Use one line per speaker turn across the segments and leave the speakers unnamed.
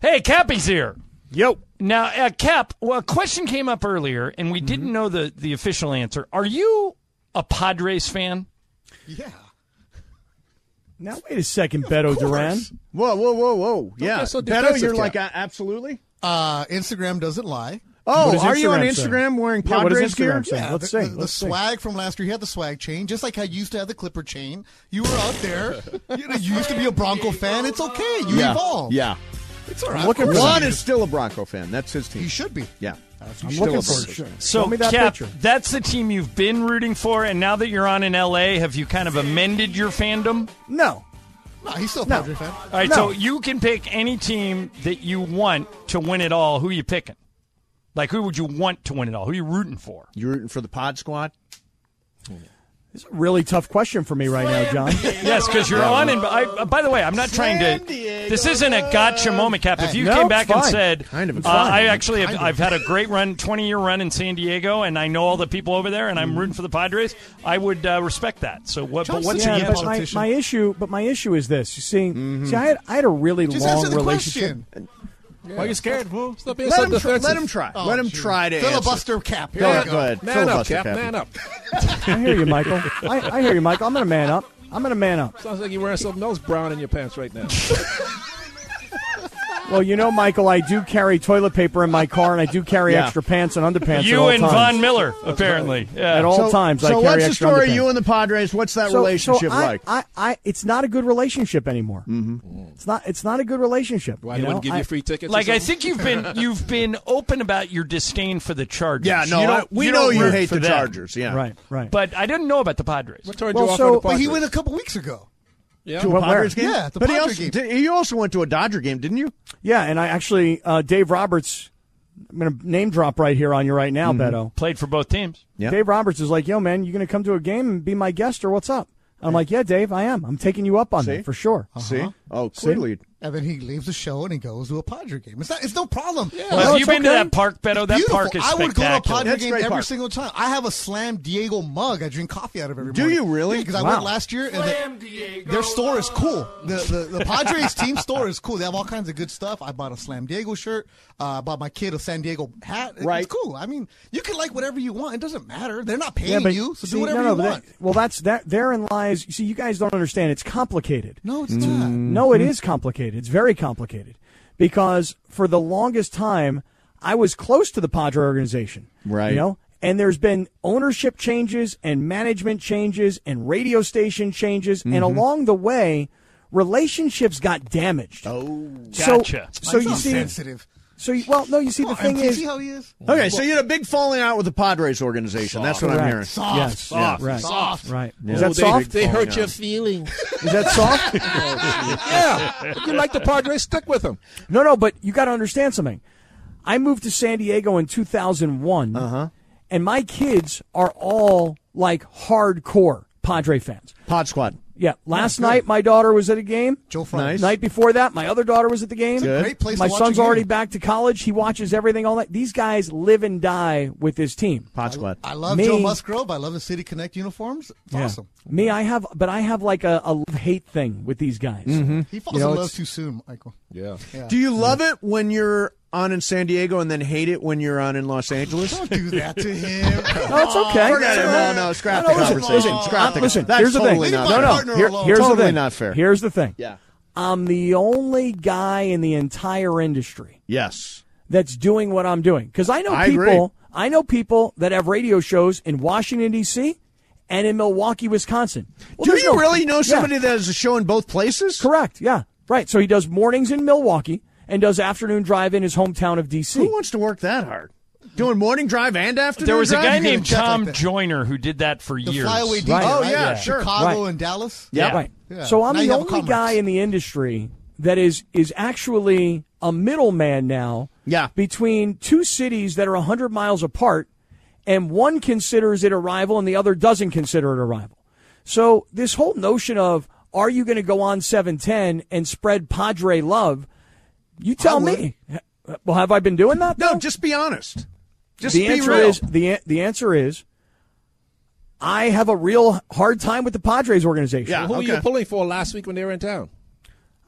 Hey, Cappy's here.
Yo.
Now, uh, Cap, well, a question came up earlier, and we
Mm-hmm.
didn't know the, the official answer. Are you a Padres fan?
Yeah.
Now wait a second, Beto Duran.
Whoa, whoa, whoa, whoa. Yeah.
so
Beto,
defensive
you're
cap.
like, uh, absolutely?
Uh, Instagram doesn't lie.
Oh,
does
are you on
Instagram say?
Instagram wearing
Yeah, what does
Padres gear?
Instagram say?
Yeah,
Let's
the,
see.
The, the
Let's see.
swag from last year, you had the swag chain, just like how you used to have the Clipper chain. You were out there. you, know, you used to be a Bronco fan. It's okay. You
yeah.
evolved.
Yeah.
It's all right.
I'm looking
Of
for
course
Juan
you
is still a Bronco fan. That's his
do.
team.
You should be.
Yeah.
I'm
still
looking
a
for it.
Bronco.
So,
Show me that
Cap,
picture.
that's the team you've been rooting for, and now that you're on in L.A., have you kind of amended your fandom?
No.
No, he's still a
No.
Padre fan.
All right,
No.
so you can pick any team that you want to win it all. Who you picking? Like, who would you want to win it all? Who you rooting for?
You're rooting for the pod squad?
It's a really tough question for me right now, John.
Yes, because you're on. And I, uh, by the way, I'm not trying to. This isn't a gotcha moment, Cap. If you
No,
came
it's
back and
fine.
said,
Kind of, it's
uh,
fine.
I actually have,
Kind of.
I've had a great run, 20 year run in San Diego, and I know all the people over there, and I'm rooting for the Padres," I would uh, respect that. So what? But
Trump's
what's
such
your
a
Yeah,
Indian
but my,
politician.
my issue, but my issue is this. You see,
Mm-hmm.
see, I had, I had a really
Just
long
answer the
relationship.
question.
Why are you scared, fool? Stop being
Let
so
him, tr-
defensive.
let him try.
Oh,
let him
shoot.
try to answer.
Filibuster cap. Here
Go,
we
ahead, go ahead.
Man up,
Filibuster,
Cap.
Captain.
Man up.
I hear you, Michael. I, I hear you, Michael. I'm gonna man up. I'm gonna man up.
Sounds like you're wearing something else brown in your pants right now.
Well, you know, Michael, I do carry toilet paper in my car, and I do carry
Yeah.
extra pants and underpants. at
you
all
and
times.
Von Miller apparently? Yeah.
At all
So,
times, I
so
carry
what's the
extra
story?
underpants.
You and the Padres. What's that
So-
relationship
so I,
like? Mm-hmm.
I, I, it's not a good relationship anymore. It's not. It's not a good relationship.
Why they
you know?
wouldn't give
I-
you free tickets? or
Like I
something?
think you've been you've been open about your disdain for the Chargers.
yeah, no,
You
I-
don't-
we
you
know
don't
you
root
hate
for
the
them.
Chargers. Yeah,
Right. Right.
but I didn't know about the Padres.
What turned
Well,
you off
so-
on the
But
But he
Padres?
went a couple weeks ago.
Yeah.
To a
Well, where?
Padres game?
Yeah, the
but he
Padre
also,
game.
Did, you also went to a Dodger game, didn't you?
yeah, and I actually, uh, Dave Roberts. I'm going to name drop right here on you right now, Beto.
Played for both teams.
Mm-hmm. Yeah.
Dave Roberts is like, "Yo, man, you going to come to a game and be my guest, or what's up?" I'm like, "Yeah, Dave, I am. I'm taking you up on
See?
that for sure."
See? Oh, clearly.
And then he leaves the show and he goes to a Padre game. It's not. It's no problem. Yeah.
Well,
No,
have you
it's
been to
okay.
that park, Beto? Oh, That
Beautiful.
park is
I would go to a
spectacular.
Padre
That's
game
great
every
park.
single time. I have a Slam Diego mug. I drink coffee out of every
Do
morning.
you really?
Because I
Wow.
went last year. And the- Their store is cool. The, the the Padres team store is cool. They have all kinds of good stuff. I bought a Slam Diego shirt. Uh, I bought my kid a San Diego hat. It-
Right.
It's cool. I mean, you can like whatever you want. It doesn't matter. They're not paying
Yeah, but
you, so
see,
do whatever
no, no,
you
but
want.
That, well, that's that. Therein lies. You see, you guys don't understand. It's complicated.
no, it's not.
No, it is complicated. It's very complicated because for the longest time, I was close to the Padre organization.
Right.
You know, and there's been ownership changes and management changes and radio station changes.
Mm-hmm.
And along the way, relationships got damaged. Oh,
gotcha.
So, so you
Mike's
see,
sensitive.
so you, well, no, you see, the
Come on,
thing
MT,
is,
see how he is.
Okay, so you had a big falling out with the Padres organization. That's what I'm
Correct.
hearing.
Soft,
Yes,
soft,
right,
soft.
right.
Yeah.
Is that
Oh,
they,
soft?
They hurt
Oh, yeah.
your feelings.
Is that soft?
yeah. If you like the Padres, stick with them.
No, no, but you got to understand something. I moved to San Diego in 2001, and my kids are all like hardcore Padre fans.
Pod squad.
Yeah, last night my daughter was at a game.
Joe Fry.
Nice.
Night before that, my other daughter was at the game.
Good.
Great place
My
to watch
son's
a game.
already back to college. He watches everything all night. These guys live and die with this team.
Pod squad.
I love
Me-
Joe Musgrove. I love the City Connect uniforms. It's awesome.
Me, I have, but I have like a, a love hate thing with these guys.
He falls
You know,
in love
it's-
too soon, Michael.
Yeah.
Do you love it when you're on in San Diego and then hate it when you're on in Los Angeles?
Don't do that to him.
No, Oh, it's okay.
Forget it.
It's all right.
No, no, scrap
No,
the
no, listen,
conversation.
listen,
Scrap
uh,
the
listen,
That's
here's the
totally
thing.
not
no, no.
fair.
Here-
alone.
here's the
Oh, Totally
thing.
not fair.
Here's the thing.
Yeah.
I'm the only guy in the entire industry
Yes.
that's doing what I'm doing because I know
I
people.
agree.
I know people that have radio shows in Washington D.C. and in Milwaukee, Wisconsin. Well,
Do
there's
you
no-
really know
Yeah.
somebody that has a show in both places?
Correct. Yeah. Right. So he does mornings in Milwaukee and does afternoon drive in his hometown of D.C.
Who wants to work that hard? Doing morning drive and afternoon
There was a
drive?
guy
You get a
named
check like
Tom
that.
Joyner who did that for
The
years.
flyaway DJ,
Right.
right?
Oh, yeah, sure.
Chicago
Right.
and Dallas.
Yeah.
Right.
Yeah.
So I'm
Now you
the
have a
only
commerce.
guy in the industry that is is actually a middleman now
Yeah.
between two cities that are 100 miles apart and one considers it a rival and the other doesn't consider it a rival. So this whole notion of are you going to go on 710 and spread Padre love? You tell me. Well, have I been doing that?
No,
though?
just be honest. Just
the
be
answer
real.
is the an- the answer is I have a real hard time with the Padres organization.
Yeah.
Who were you
Okay.
pulling for last week when they were in town?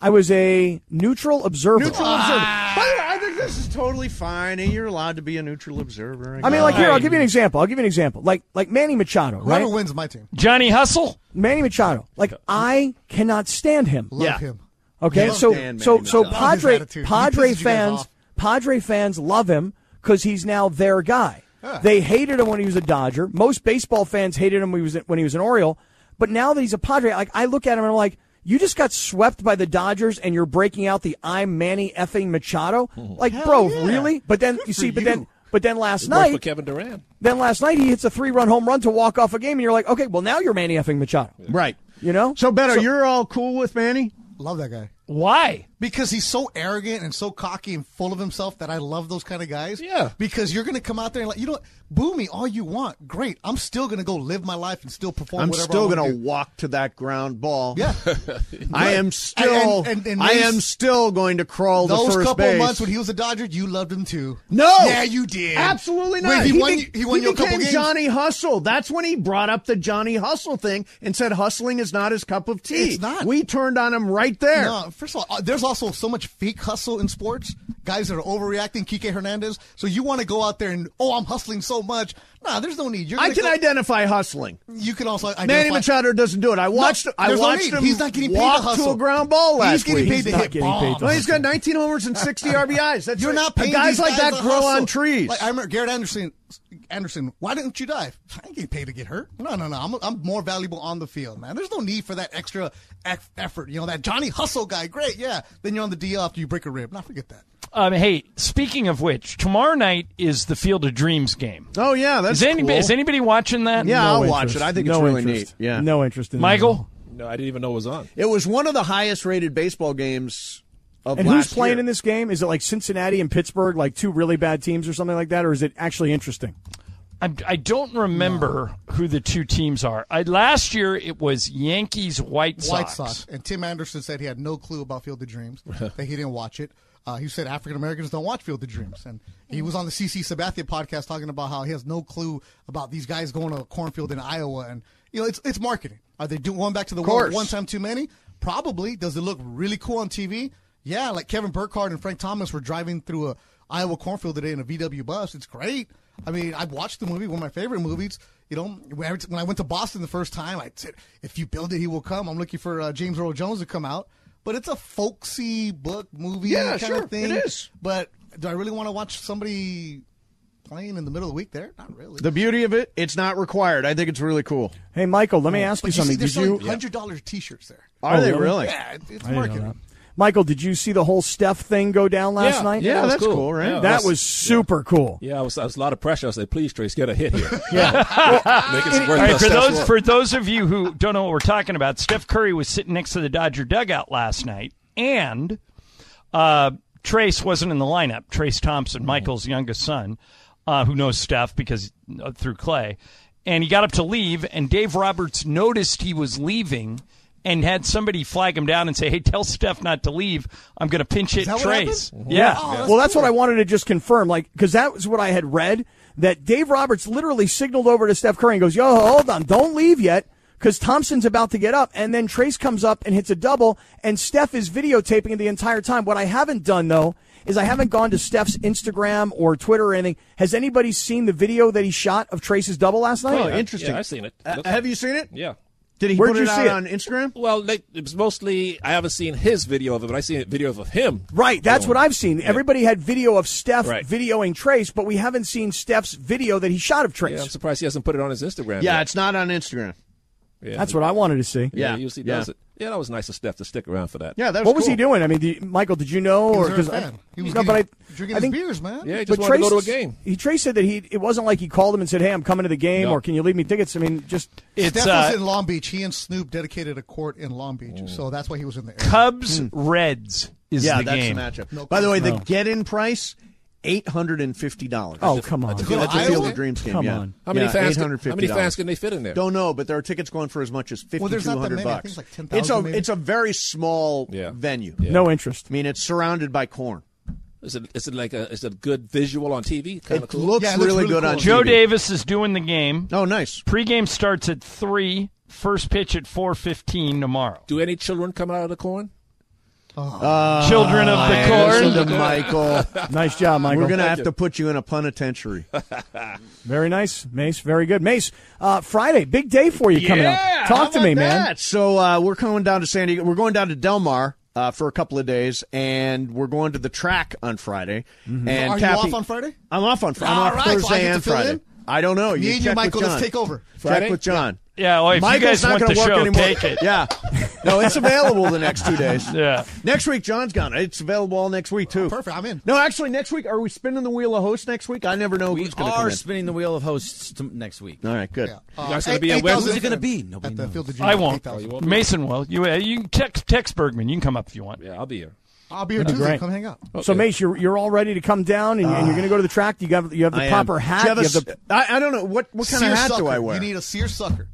I was a neutral observer. Ah,
neutral observer. By the way, I think this is totally fine. and You're allowed to be a neutral observer.
I mean, like here, I'll give you an example. I'll give you an example. Like like Manny Machado,
Whoever
right?
wins, my team.
Johnny Hustle?
Manny Machado. Like I cannot stand him.
Love
Yeah.
him.
Okay,
Love
so
Dan
so
Manny
so
Machado.
Love his
Padre
attitude. He
Padre
pisses you guys
fans
off.
Padre fans love him because he's now their guy. They hated him when he was a Dodger. Most baseball fans hated him when he was when he was an Oriole. But now that he's a Padre, like I look at him and I'm like, you just got swept by the Dodgers and you're breaking out the I'm Manny effing Machado.
Oh.
Like, bro, really? But then you see, but then but then last
Worked for
night
Kevin Durant.
then last night he hits a three run home run to walk off a game, and you're like, okay, well now you're Manny effing Machado.
right.
You know?
So, better you're all cool with Manny.
Love that guy.
Why?
Because he's so arrogant and so cocky and full of himself that I love those kind of guys.
Yeah.
Because you're going to come out there and like, you know what? Boo me all you want. Great. I'm still going to go live my life and still perform
I'm
whatever
still
going
gonna
to
walk to that ground ball.
Yeah.
I am still.
And- and- and
I
those-
am still going to crawl to
Those
first
couple
base.
months when he was a Dodger, you loved him too.
no,
Yeah, you did.
Absolutely
Wait,
not.
he, won,
be-
you- he won
he
you a
became
couple games.
Johnny Hustle. That's when he brought up the Johnny Hustle thing and said hustling is not his cup of tea.
It's not.
We turned on him right there.
No, first of all, uh, there's also so much fake hustle in sports. Guys that are overreacting, Kike Hernandez. So you want to go out there and oh, I'm hustling so much. Nah, there's no need. You're
I
gonna
can
go-
identify hustling.
You can also identify.
Manny Machado doesn't do it. I watched. I
there's no
watched
need.
him.
He's not getting paid to
walk
hustle.
a ground ball last
He's getting
week.
paid
He's
to
not
hit
getting paid to
bombs.
Well, he's got 19 homers and 60 RBIs. That's
You're
it.
not paying
guys
these
like
guys
that
to
grow on
hustle.
trees.
Like I remember Garrett Anderson. Anderson, why didn't you dive? I ain't getting paid to get hurt. No, no, no. I'm, I'm more valuable on the field, man. There's no need for that extra eff- effort. You know that Johnny Hustle guy. Great, yeah. Then you're on the DL after you break a rib. Not forget that.
Um, hey, speaking of which, tomorrow night is the Field of Dreams game.
oh yeah, that's
Is anybody,
cool.
is anybody watching that?
yeah, I'll watch
interest.
it. I think it's
No
really
interest.
neat. Yeah,
No interest in that.
Michael?
No, I didn't even know it was on.
it was one of the highest rated baseball games of
And
last
who's playing
year.
in this game? Is it like Cincinnati and Pittsburgh, like two really bad teams or something like that, or is it actually interesting?
I, I don't remember who the two teams are. I, last year it was Yankees White Sox.
White Sox. And Tim Anderson said he had no clue about Field of Dreams, that he didn't watch it. Uh, he said African Americans don't watch Field of Dreams. And he was on the CC Sabathia podcast talking about how he has no clue about these guys going to a cornfield in Iowa. And, you know, it's, it's marketing. Are they doing one back to the world
course.
one time too many? Probably. Does it look really cool on TV? Yeah, like Kevin Burkhardt and Frank Thomas were driving through a Iowa cornfield today in a VW bus. It's great. I mean, I've watched the movie, one of my favorite movies. You know, when every t- when I went to Boston the first time, I said, if you build it, he will come. I'm looking for uh, James Earl Jones to come out. But it's a folksy book movie
Yeah,
kind
sure,
of thing.
it is.
But do I really want to watch somebody playing in the middle of the week there? Not really.
The beauty of it, it's not required. I think it's really cool.
Hey, Michael, let me ask
but
you
you see,
something.
they're
did you, Oh,
selling $100 t shirts there.
Are they really?
Yeah, it- it's
I didn't know
marketing.
that. Michael? Did you see the whole Steph thing go down last
Yeah.
night?
Yeah,
that was
that's cool,
cool.
right?
Yeah.
that was super cool.
Yeah, it was, it was a lot of pressure. I said, please, Trace, get a hit here. Make it
All
worth
right,
us.
for
That's
those
what-
for those of you who don't know what we're talking about, Steph Curry was sitting next to the Dodger dugout last night, and uh, Trace wasn't in the lineup. Trace Thompson, Michael's youngest son, uh, who knows Steph because uh, through Clay, and he got up to leave, and Dave Roberts noticed he was leaving. And had somebody flag him down and say, "Hey, tell Steph not to leave. I'm going to pinch hit
that what
Trace."
happened?
Yeah,
well, that's what I wanted to just confirm, like, because that was what I had read that Dave Roberts literally signaled over to Steph Curry and goes, "Yo, hold on, don't leave yet." Because Thompson's about to get up, and then Trace comes up and hits a double, and Steph is videotaping the entire time. What I haven't done though is I haven't gone to Steph's Instagram or Twitter or anything. Has anybody seen the video that he shot of Trace's double last night?
Oh, interesting.
Yeah, I've seen it.
Uh, have you seen it?
Yeah.
Did he
Where'd
put
you
it
see
out
it?
on Instagram?
Well, they, it was mostly, I haven't seen his video of it, but I've seen a video of him.
Right, that's what
doing it.
I've seen. Everybody had video of Steph
Oh. Right.
videoing Trace, but we haven't seen Steph's video that he shot of Trace.
Yeah, I'm surprised he hasn't put it on his Instagram.
Yeah,
yet.
it's not on Instagram.
Yeah.
That's what I wanted to see.
Yeah,
Yeah,
usually
yeah.
does it. yeah, that was nice of Steph to stick around for that.
Yeah, that was
What was
cool.
he doing? I mean, do you- Michael, did you know?
He was
or
a
because
fan. He was
no, but I,
getting- drinking
I
his
think,
beers, man.
Yeah, he
But
just wanted to go
Trace-
to a game.
He Trace said that he it wasn't like he called him and said, "Hey, I'm coming to the game,"
No.
or "Can you leave me tickets?" I mean, just
It's
Steph was
uh,
in Long Beach. He and Snoop dedicated a court in Long Beach,
Oh.
so that's why he was in the area.
Cubs Reds is
Yeah,
the
that's
game.
the matchup. By the way, the get in price eight hundred and fifty dollars.
oh come on,
Go to
That's a
Iowa?
Field of Dreams game.
Come
yeah.
on.
How many
yeah,
fans? Can,
$850.
how many fans can they fit in there?
Don't know, but there are tickets going for as much as fifty
Well, there's
two
not that
hundred
many. I
bucks.
think it's like
it's a
10,000 maybe.
it's a very small
Yeah.
venue.
no interest.
I mean, it's surrounded by corn.
Is it, is it like a is it good visual on TV? Kind of
It
cool.
looks,
Yeah, it looks
really
really
good
cool.
on
Joe
TV.
Davis is doing the game.
Oh, nice.
Pre-game starts at three. First pitch at four fifteen tomorrow.
Do any children come out of the corn?
Children of the
Ah, Listen
corn.
to Michael.
Nice job, Michael.
We're gonna have to put you in a penitentiary.
Very nice, Mace. Very good, Mace. Uh, Friday, big day for you coming up.
How
Talk to
about
me, man.
that? So uh, we're going down to San Diego. We're going down to Del Mar uh, for a couple of days, and we're going to the track on Friday. And
Mm-hmm. Are you
Cappy-
off on Friday?
I'm off on Friday.
All
I'm off
right, so I
Thursday
get to
and
fill
Friday.
in?
I don't know.
Me
You
and
check
you,
with
Michael,
John.
let's take over.
Check with John.
Yeah, well, Oh, if you
Michael's
guys
not
want
going
the
to work
show,
anymore.
take it.
Yeah. No, it's available the next two days.
Yeah.
Next week, John's gone. It's available all next week too.
perfect. I'm in.
No, actually, next week are we spinning the wheel of hosts next week? I never know
We
who's going to come
are
in.
spinning the wheel of hosts to next week.
all right, good.
Yeah.
guys
Uh,
gonna be at Wes-
Who's it gonna be? Nobody
At the
knows.
Field of Dreams.
I won't.
8,000.
Mason will. You uh, you can text text Bergman. You can come up if you want.
Yeah, I'll be here.
I'll be here Tuesday.
great.
Come hang out.
So, Mace, you're you're all ready to come down, and, and you're going to go to the track. You got you have the
I am.
proper hat.
Do you have a
have
s-
the,
I, I don't know what what kind of hat do
Seersucker.
I wear.
You need a seersucker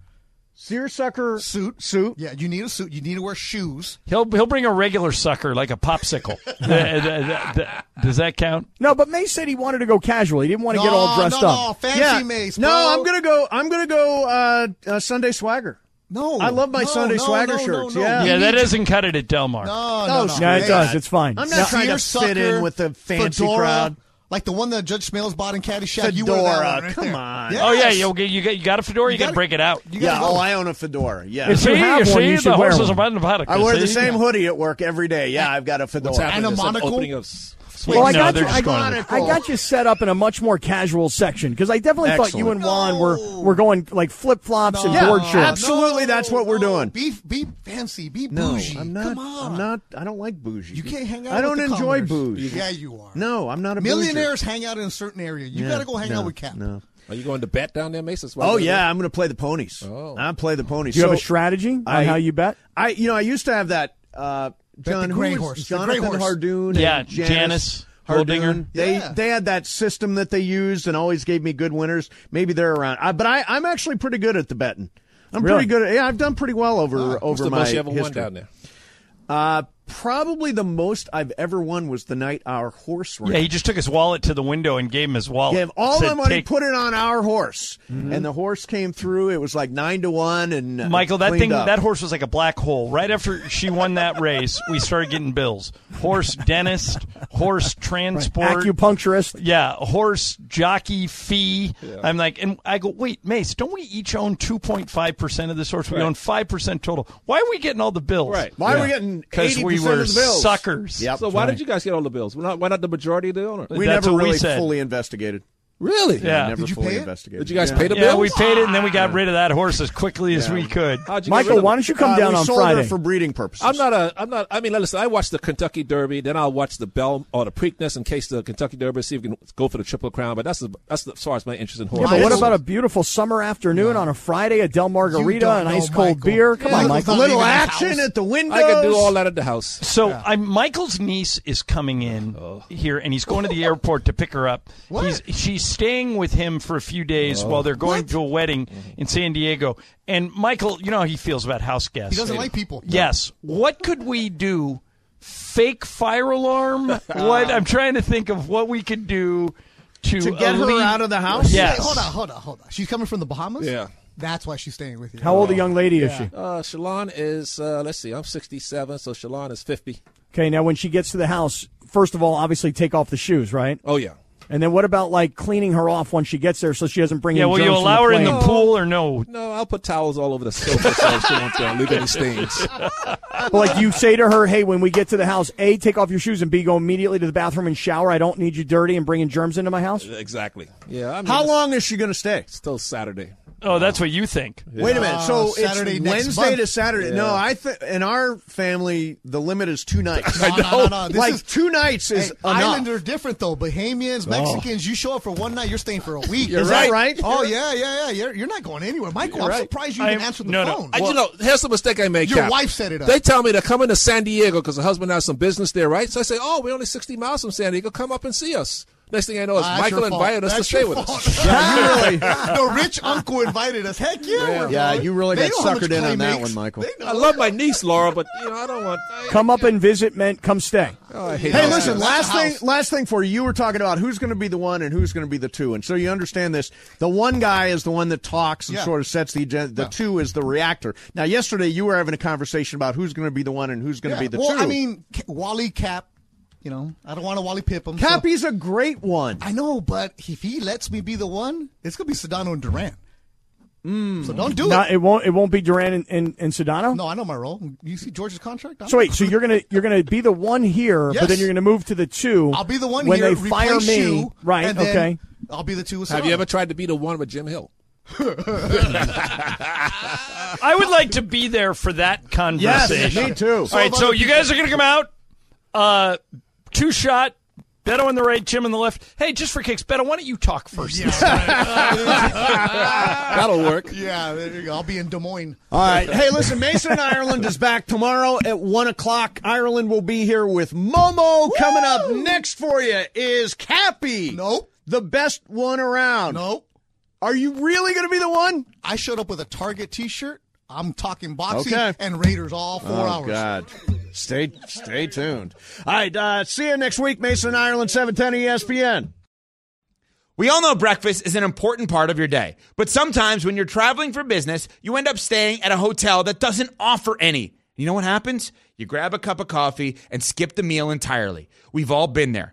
seersucker
suit.
Suit.
Yeah, you need a suit. You need to wear shoes.
He'll he'll bring a regular sucker like a popsicle. Uh, uh, uh, uh, Does that count?
no, but Mace said he wanted to go casual. He didn't want to get all
no,
dressed
no,
up.
No, fancy
yeah.
mace.
no,
bro.
I'm gonna go. I'm gonna go uh, uh, Sunday swagger.
No,
I love my
no,
Sunday
no,
swagger
no, no,
shirts,
no.
yeah.
We
Yeah,
need
that
you-
doesn't cut it at Del Mar.
No, no, no.
Yeah, it
Hey,
does. It's fine.
I'm
No,
not trying to fit
seersucker,
in with the fancy
fedora,
crowd.
like the one that Judge Smales bought in Caddyshack. You wear that
Fedora,
one right
come
there.
on.
Yes.
Oh yeah, you'll get you got you got a fedora. You, got to
gotta-
break it out.
You
Yeah.
gotta
Oh,
go.
I own a fedora. Yeah.
If you
see,
have
see,
one, you should
the
wear
horses
one.
are the paddock.
I wear the
see?
same hoodie at work every day. Yeah, I've got a
What's
fedora.
happening?
And a
There's an
monocle?
Opening of s-
Well, I
No,
got,
they're
you,
just
I,
going with
got, I got you set up in a much more casual section because I definitely thought you
Excellent.
and Juan were, were going like flip flops and
Yeah,
board shorts.
absolutely,
No,
that's what we're
no.
doing.
Be be fancy. Be
No,
bougie.
I'm not.
Come on.
I'm not. I don't like bougie.
You can't hang out.
I
with
don't
the
enjoy
commoners.
bougie.
Yeah, you are.
No, I'm not a
Millionaires hang out in a certain area. You
Bougie.
gotta go hang
No,
out with Cap.
No.
Are you going to bet down there, Mason? That's why
Oh
you're-
yeah, I'm going to play the ponies.
Oh.
I play the ponies.
Do you have a
So-
strategy on
I-
how you bet?
I you know I used to have that uh,
the
John who
gray
was-
horse, the
Jonathan
gray horse.
Hardoon. and
Yeah,
Janice.
Janice
Hardoon.
Holdinger.
They
Yeah.
they had that system that they used and always gave me good winners. Maybe they're around, I, but I I'm actually pretty good at the betting. I'm
Really?
pretty good. At, yeah, I've done pretty well
Uh,
over
What's
over
the
my
most you ever
history.
won down there?
Uh, probably the most I've ever won was the night our horse ran.
Yeah, he just took his wallet to the window and gave him his wallet.
Gave all
Said,
my money,
"Take- Mm-hmm.
put it on our horse, and the horse came through. It was like nine to one, and uh,
Michael, that
cleaned
thing,
up.
that horse was like a black hole. Right after she won that race, we started getting bills: horse dentist, horse transport,
Acupuncturist.
yeah, horse jockey fee. I'm like, and I go, wait, Mace, don't we each own 2.5 percent of this horse? We own five percent total. Why are we getting all the bills?
Right.
Why are we getting
Because
eighty
we
percent
were
of the bills?
suckers.
Yep.
So why did you guys get all the bills? Why not, why not the majority of the owner?
We
That's
never
what we
really
said.
fully investigated.
Really?
Yeah.
Never
Did you
fully
pay it?
investigated.
Did you guys pay the
Yeah,
bills?
we paid it and then we got rid of that horse as quickly as we could.
How'd you get rid
Michael,
of
why
it?
don't you come
Uh,
down
we
on
sold
Friday?
her for breeding purposes.
I'm not a. I'm not. I mean, listen. I watch the Kentucky Derby, then I'll watch the Bell or the Preakness in case the Kentucky Derby. See if we can go for the Triple Crown. But that's the, that's the, as far as my interest in
Yeah,
horses.
but what
Michael-
about a beautiful summer afternoon on a Friday, a Del Margarita,
don't
an
know,
ice cold
Michael.
beer? Come
Yeah,
on,
Michael's
Michael.
a
not
little
leaving the
action
house.
at the window.
I can do all that at the house.
So I'm, Michael's niece is coming in
Oh.
here, and he's going to the airport to pick her up.
What?
He's, she's staying with him for a few days
Oh.
while they're going to a wedding in San Diego. And Michael, you know how he feels about house guests.
He doesn't like people.
Yes. What could we do? Fake fire alarm? what? I'm trying to think of what we could do to,
To get her
alleviate-
out of the house?
Hey,
Yes.
hold on, hold on, hold on. She's coming from the Bahamas.
Yeah.
That's why she's staying with you.
How old a young lady is she?
Uh, Shalon is. Uh, let's see. I'm 67, so Shalon is 50.
Okay, now when she gets to the house, first of all, obviously take off the shoes, right?
Oh yeah.
And then what about like cleaning her off when she gets there so she doesn't bring
Yeah,
in
will you
germs from
allow her in the
plane?
pool or no?
No, I'll put towels all over the sofa so she won't uh, leave any stains.
But, like you say to her, hey, when we get to the house, A, take off your shoes, and B, go immediately to the bathroom and shower. I don't need you dirty and bringing germs into my house.
Exactly. Yeah. I mean,
How
it's
long is she going to stay?
Still Saturday.
Oh, that's what you think.
Wait a minute. So
Uh, Saturday
it's
next
Wednesday
month.
to Saturday. No, I think in our family the limit is two nights.
No, no, no, no. Uh, This
like
is-
two nights is
Hey,
enough.
Islanders are different though. Bahamians, Mexicans, you show up for one night, you're staying for a week.
You're Is that right. right?
Oh yeah, yeah, yeah. You're, you're not going anywhere, Michael. I'm surprised you
I'm-
didn't answer the
no, no.
phone.
I, you know, here's the mistake I made.
Your
Cap.
wife set it uh, up.
They tell me to come into San Diego because her husband has some business there, right? So I say, "Oh, we're only 60 miles from San Diego. Come up and see us." Next thing I know, is
Ah, that's
Michael
your
invited us
fault.
to
That's
stay
your
with
fault.
us.
the rich uncle invited us. Heck yeah. we're
Yeah,
going.
you really
They
got
know how much
suckered in
clay
on that
makes.
one, Michael.
They know.
I love my niece Laura, but you know, I don't want. I,
Come up and visit, meant come stay.
I hate
Hey,
all
listen.
that.
Last
House.
thing, last thing for you. You were talking about who's going to be the one and who's going to be the two, and so you understand this. The one guy is the one that talks and
Yeah.
sort of sets the agenda. The two is the reactor. Now, yesterday you were having a conversation about who's going to be the one and who's going to
Yeah.
be the
well,
two.
I mean, Ca- Wally Cap. You know, I don't want to Wally Pip him. so-
Cappy's a great one.
I know, but if he lets me be the one, it's gonna be Sedano and Durant. So don't do
Not,
it.
it won't. It won't be Duran and, and, and Sedano.
No, I know my role. You see George's contract. I'm-
So wait, so you're gonna you're gonna be the one here, but then
Yes.
you're gonna move to the two.
I'll be the one
when
here.
they fire
replace
me,
you,
right?
and then
okay.
I'll be the two. With
Have you
Sedano.
ever tried to be the one with Jim Hill?
I would like to be there for that conversation.
me too.
All right,
of
so
other
you guys are going to come out. Uh, two shot. Beto on the right, Jim on the left. Hey, just for kicks, Beto, why don't you talk first?
That'll work.
Yeah, there you go. I'll be in Des Moines.
All right. Hey, listen, Mason in Ireland is back tomorrow at 1 o'clock. Ireland will be here with Momo. Coming up next for you is Cappy.
Nope.
The best one around.
No,
Are you really going to be the one?
I showed up with a Target T-shirt. I'm talking boxing
Okay.
and Raiders all four hours.
Oh, Stay, stay tuned. All right. Uh, see you next week, Mason in Ireland, E 710 ESPN.
We all know breakfast is an important part of your day, but sometimes when you're traveling for business, you end up staying at a hotel that doesn't offer any. You know what happens? You grab a cup of coffee and skip the meal entirely. We've all been there.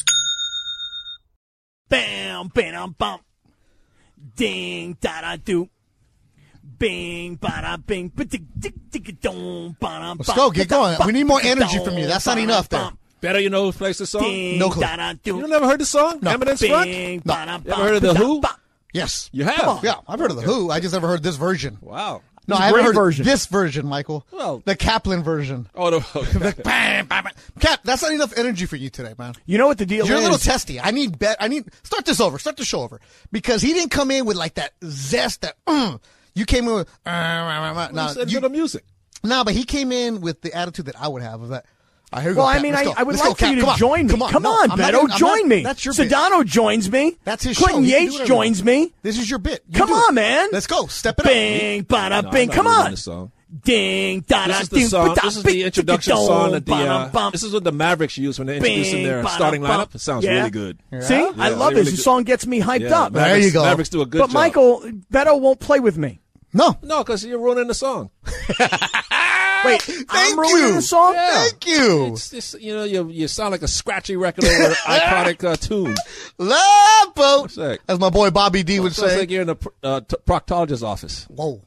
Bam, bam, bam. Ding, da da do. Bing, ba da bing. Let's
Let's go, get going. We need more energy from you. That's not enough there.
Better you know who plays the song.
Ding,
No clue.
da da
You
do.
never heard the song? Eminem's Front?
Bing, ba da
You ever heard of The Who?
Yes.
You have.
Yeah, I've heard of the Who. I just never heard this version.
Wow.
No,
It's a
I haven't heard
great version.
this version, Michael.
Well-
the Kaplan version.
Oh, no.
Bam, bam, bam. Cap, that's not enough energy for you today, man.
You know what the deal
You're a
is?
little testy. I need bet. I need start this over. Start the show over because he didn't come in with like that zest. That mm. you came in with. Uh, rah, rah, rah.
Nah,
Nah,
said
you-
little music.
nah, but he came in with the attitude that I would have of that. All right, here we
well,
go,
I
Cap.
mean,
Let's
I,
go.
I would
Let's
like
go,
for
Cap.
you to
Come on.
join me.
Come on, No, I'm not
Beto,
even- I'm
join
not-
me.
That's your bit.
Sedano joins me.
That's his show.
Clinton
You can do
Yates
whatever you want.
joins me.
This is your bit. You
Come
do it.
on, man.
Let's go. Step it up.
Bing, ba da bing.
not
Come
doing
on.
this song.
Ding, da da
This is the
ding.
song.
ba-da,
This is the
bing,
introduction
ding,
song. That the,
dong,
uh,
ba-da-bum.
this is what the Mavericks use when they're introducing
Bing,
their
ba-da-bum.
starting lineup. It sounds
Yeah.
really good.
See, I
Yeah,
love
they
this.
really
the
do.
song gets me hyped
Yeah,
up.
Mavericks,
There you go.
Mavericks do a good
but
job.
Michael Beto won't play with me.
No.
no, because you're ruining the song.
Wait, I'm ruining
you.
the song.
Thank you.
It's just, you know, you, you sound like a scratchy record over an iconic uh, tune.
Love boat.
Sick.
As my boy Bobby D would
Sounds
say.
like you're in a pr- uh, t- proctologist's office.
Whoa.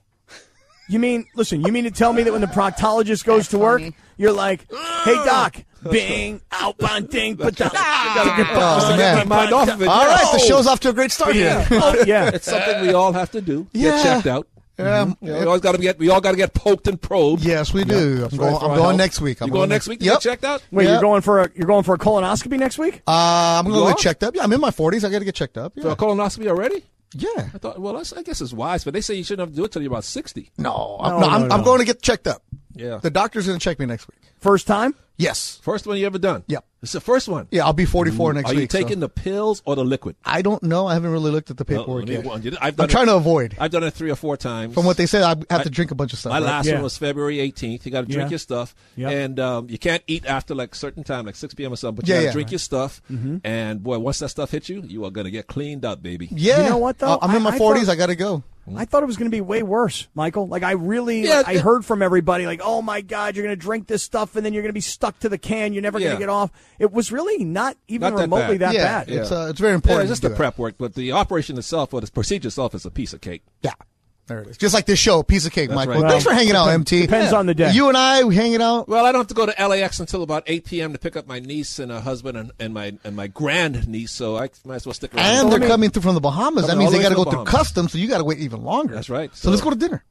You mean listen? You mean to tell me that when the proctologist goes to work, you're like, "Hey doc, bing, out, bang, ding, but doc."
Oh, man.
Mind off of it.
All right, the
No.
show's off to a great start here.
Oh. Yeah,
It's something we all have to do.
Yeah.
Get checked out.
Um,
You know, we always got to get. We all got to get poked and probed.
Yes, we do. I'm, going,
Right, for
I'm
our
going
health.
next week. I'm
you going next week to
Yep.
get checked out?
wait,
Yeah.
you're going for a you're going for a colonoscopy next week?
Uh, I'm going
You
to
are?
get checked up. Yeah, I'm in my 40s. I got to get checked up.
For
Yeah.
a colonoscopy already?
yeah.
I thought. Well, that's, I guess it's wise, but they say you shouldn't have to do it till you're about sixty.
No, I'm,
No,
no, I'm,
no,
I'm
no.
going to get checked up.
Yeah.
The doctor's going to check me next week.
First time?
Yes.
First one you ever done?
Yep.
It's the first one.
Yeah, I'll be 44 next
Mm, Are
week.
you taking
so-
the pills or the liquid?
I don't know. I haven't really looked at the
Well,
paperwork
let me-
yet.
well, you-
I'm
I've done it-
trying to avoid.
I've done it three or four times.
From what they said, I have
I-
to drink a bunch of stuff.
My
right?
last
Yeah.
one was February 18th. You got to drink
Yeah.
your stuff,
Yep.
and um, you can't eat after like certain time, like 6 p.m. or something. But you
Yeah,
got to
yeah.
drink your stuff,
Mm-hmm.
and boy, once that stuff hits you, you are gonna get cleaned up, baby.
Yeah.
You know what, though?
I'm in
I-
my
I
40s.
thought-
I got to go.
I thought it was going to be way worse, Michael. Like I really,
Mm. Yeah,
like, I
it-
heard from everybody, like, "Oh my God, you're going to drink this stuff, and then you're going to be stuck to the can. You're never going
Yeah.
to get off." It was really not even
Not that
remotely
bad.
that
yeah,
bad.
It's, uh, it's very
Yeah,
important.
it's just
to
the
do
prep work, but the operation itself or the procedure itself is a piece of cake.
that. Yeah. There it is. Just like this show, piece of cake, Michael.
right.
Thanks for hanging out, MT.
depends on the day.
You and I we hanging out.
Well, I don't have to go to LAX until about 8 p.m. to pick up my niece and her husband and, and my and my grand niece, so I might as well stick around.
And they're coming through from the Bahamas. That
Coming
means
all
they
the way
got to
from
go
the
through
Bahamas.
customs, so you got to wait even longer.
That's right.
So, let's
So-
go to dinner.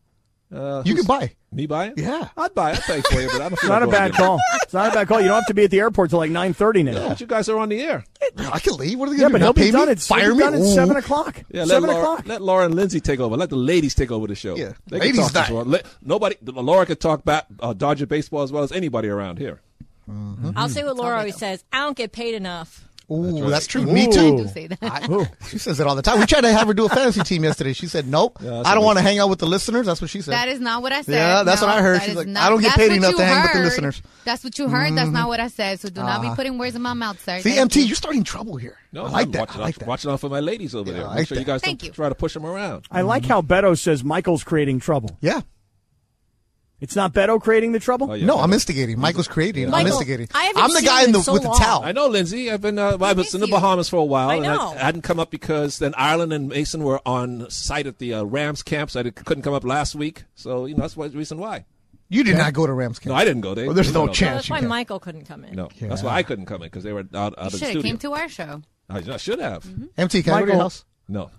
Uh,
You
who's-
can buy.
Me buy it?
Yeah.
I'd buy it. I'd pay for you, but I don't
It's
feel
not
like going
a bad
to dinner.
call. It's not a bad call. You don't have to be at the airport till like nine thirty now.
But you guys are on the air.
I can leave. What are they
Yeah,
going to
but
do?
he'll
Not
be
pay
done
me?
at
Fire
he'll be
me?
done at
Ooh.
seven o'clock.
Yeah, let
seven
Laura,
o'clock.
let Laura and Lindsay take over. Let the ladies take over the show.
Yeah.
they
Ladies
can talk
night.
as well. Let- nobody. Laura could talk about uh, Dodger baseball as well as anybody around here.
I'll say what Laura always says. I don't get paid enough.
Ooh, that's, true. Me too.
Do say that.
I, she says it all the time. We tried to have her do a fantasy team yesterday. She said, "Nope, I don't want to hang out with the listeners." That's what she said.
That is not what I said.
Yeah, that's
No,
what I heard.
that
She's
is
like,
not-
"I don't get
that's
paid
what
enough
you
to hang with the
heard.
listeners." Mm-hmm. Ah.
That's what you heard. That's not what I said. So do not be putting words in my mouth, sir.
See,
Thank
MT,
you.
you're starting trouble here.
No,
I like
I'm
that.
Watching,
I like that.
Watching out for my ladies over there.
I
Make
like
sure you
that.
guys
Thank
don't
you.
try to push them around.
I like how Beto says Michael's creating trouble.
Yeah.
It's not Beto creating the trouble.
Oh, yeah.
No, I'm instigating. Michael's creating. I'm
Michael,
instigating.
I haven't
I'm the
seen
guy
you
in the
in so
with the
long.
towel.
I know, Lindsay. I've been. Uh, I was
miss
in the
you.
Bahamas for a while,
I
and
know.
I, I hadn't come up because then Ireland and Mason were on site at the uh, Rams camp, so I did, couldn't come up last week. So you know that's why, the reason why.
You did not go to Rams
No,
camp.
I didn't go. They,
Well, there's
they
no
went out.
chance.
That's
you
why
can.
Michael couldn't come in.
No, that's why I couldn't come in because they were out, out of
You
the
should have
studio.
came to our show. Mm-hmm.
I should have.
MT, can I go to your
Michael-
house?
No.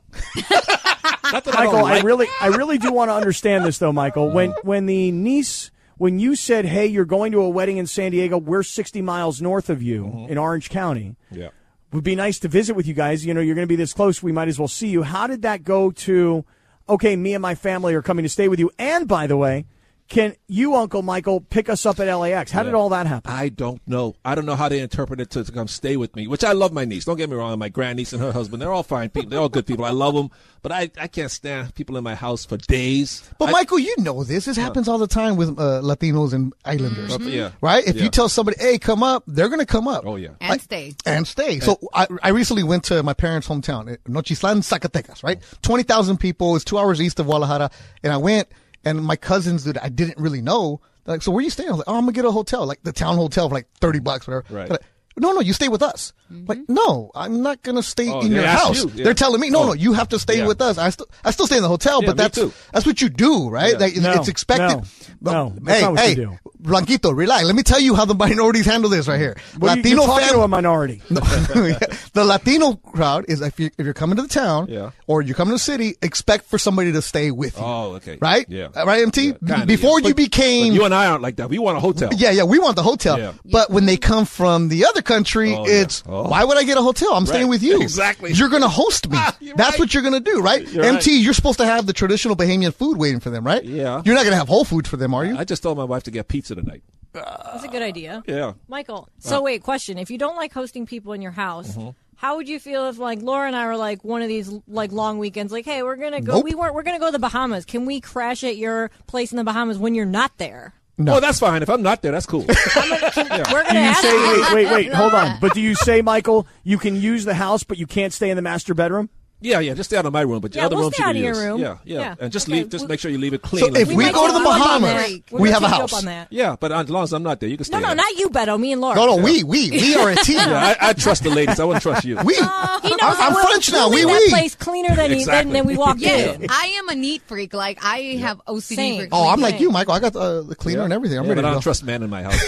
Not that I
Oh,
Michael,
don't
I
like
really, I really do want to understand this though, Michael. When when the niece, when you said, "Hey, you're going to a wedding in San Diego. We're 60 miles north of you
Mm-hmm.
in Orange County.
Yeah.
Would be nice to visit with you guys. You know, you're going to be this close. We might as well see you." How did that go to? Okay, me and my family are coming to stay with you. And by the way, can you, Uncle Michael, pick us up at LAX? How did all that happen?
I don't know. I don't know how they interpret it to, to come stay with me, which I love my niece. Don't get me wrong. My grandniece and her husband, they're all fine people. They're all good people. I love them. But I, I can't stand people in my house for days.
But
I-
Michael, you know this. This happens all the time with uh, Latinos and Islanders,
Mhm. Yeah.
right? If
Yeah.
you tell somebody, "Hey, come up," they're gonna come up.
Oh, yeah.
And
Like-
stay.
and stay. So I, I recently went to my parents' hometown, eh, Nochislan, Zacatecas. Right, twenty thousand people. It's two hours east of Guadalajara, and I went, and my cousins that I didn't really know, they're like, "So where you staying?" I was like, "Oh, I'm gonna get a hotel, like the town hotel, for like thirty bucks, whatever."
Right.
They're like, no, no, you stay with us. Like,
Mm-hmm.
no, I'm not gonna stay
Oh,
in
they
your
asked
house.
you, yeah.
They're telling me, no,
Oh.
no, you have to stay
Yeah.
with us. I still, I still stay in the hotel,
Yeah,
but
me
that's
too.
that's what you do, right? Like, it's-
No,
it's expected.
no, no,
But-
that's
hey,
not what you
hey,
do.
Blanquito, relax. Let me tell you how the minorities handle this right here.
Well, you-
Latino
you're talking
fam-
to a minority.
No. the Latino crowd is if you if you're coming to the town
Yeah.
or you're coming to the city, expect for somebody to stay with you.
Oh, okay.
Right?
Yeah.
Uh, Right, MT?
Yeah, kinda,
Before
yeah.
you
But-
became
but you and I aren't like that. We want a hotel.
yeah, yeah, we want the hotel.
Yeah.
But when they come from the other country,
Oh, yeah.
it's
Oh.
why would I get a hotel? I'm staying with you.
Exactly.
You're going to host me.
you're
That's
right.
what you're going to do, right?
You're
MT,
right.
you're supposed to have the traditional Bahamian food waiting for them, right?
Yeah.
You're not going to have Whole Foods for them, are you?
I just told my wife to get pizza tonight.
That's a good idea.
Yeah.
Michael, so wait, question. If you don't like hosting people in your house, how would you feel if like Laura and I were like one of these like long weekends like, "Hey, we're going to go
Nope.
we weren't we're going to go to the Bahamas. Can we crash at your place in the Bahamas when you're not there?"
No. Oh, that's fine. If I'm not there, that's cool.
We're going to
Do you
ask
say wait wait wait hold on but do you say michael you can use the house but you can't stay in the master bedroom
yeah, yeah. Just stay out of my room, but the
Yeah,
other
we'll
room
stay
should
out
be
of your
used.
room.
Yeah, yeah,
Yeah.
And just
Okay,
leave. Just
we-
make sure you leave it clean.
So if
you
we
leave-
might
go to
take you
the
up on
Bahamas,
that.
we
We're gonna
have a
take you up
house.
on that.
yeah, but as long as I'm not there, you can stay.
No, no,
there.
not you, Beto. Me and Laura.
no, no, we, we, we are a team.
Yeah, I, I trust the ladies. I wouldn't trust you.
We.
Uh, He knows
I'm, I'm
we'll-
French now.
we'll
We,
leave
we.
that place cleaner than, he, than,
Exactly.
than we walked
Yes.
in.
I am a neat freak. Like I have OCD.
Same.
Freak.
Oh, I'm
Yeah.
like you, Michael. I got uh, the cleaner and everything. I'm
Yeah,
ready
but I
to
don't
go.
trust men in my house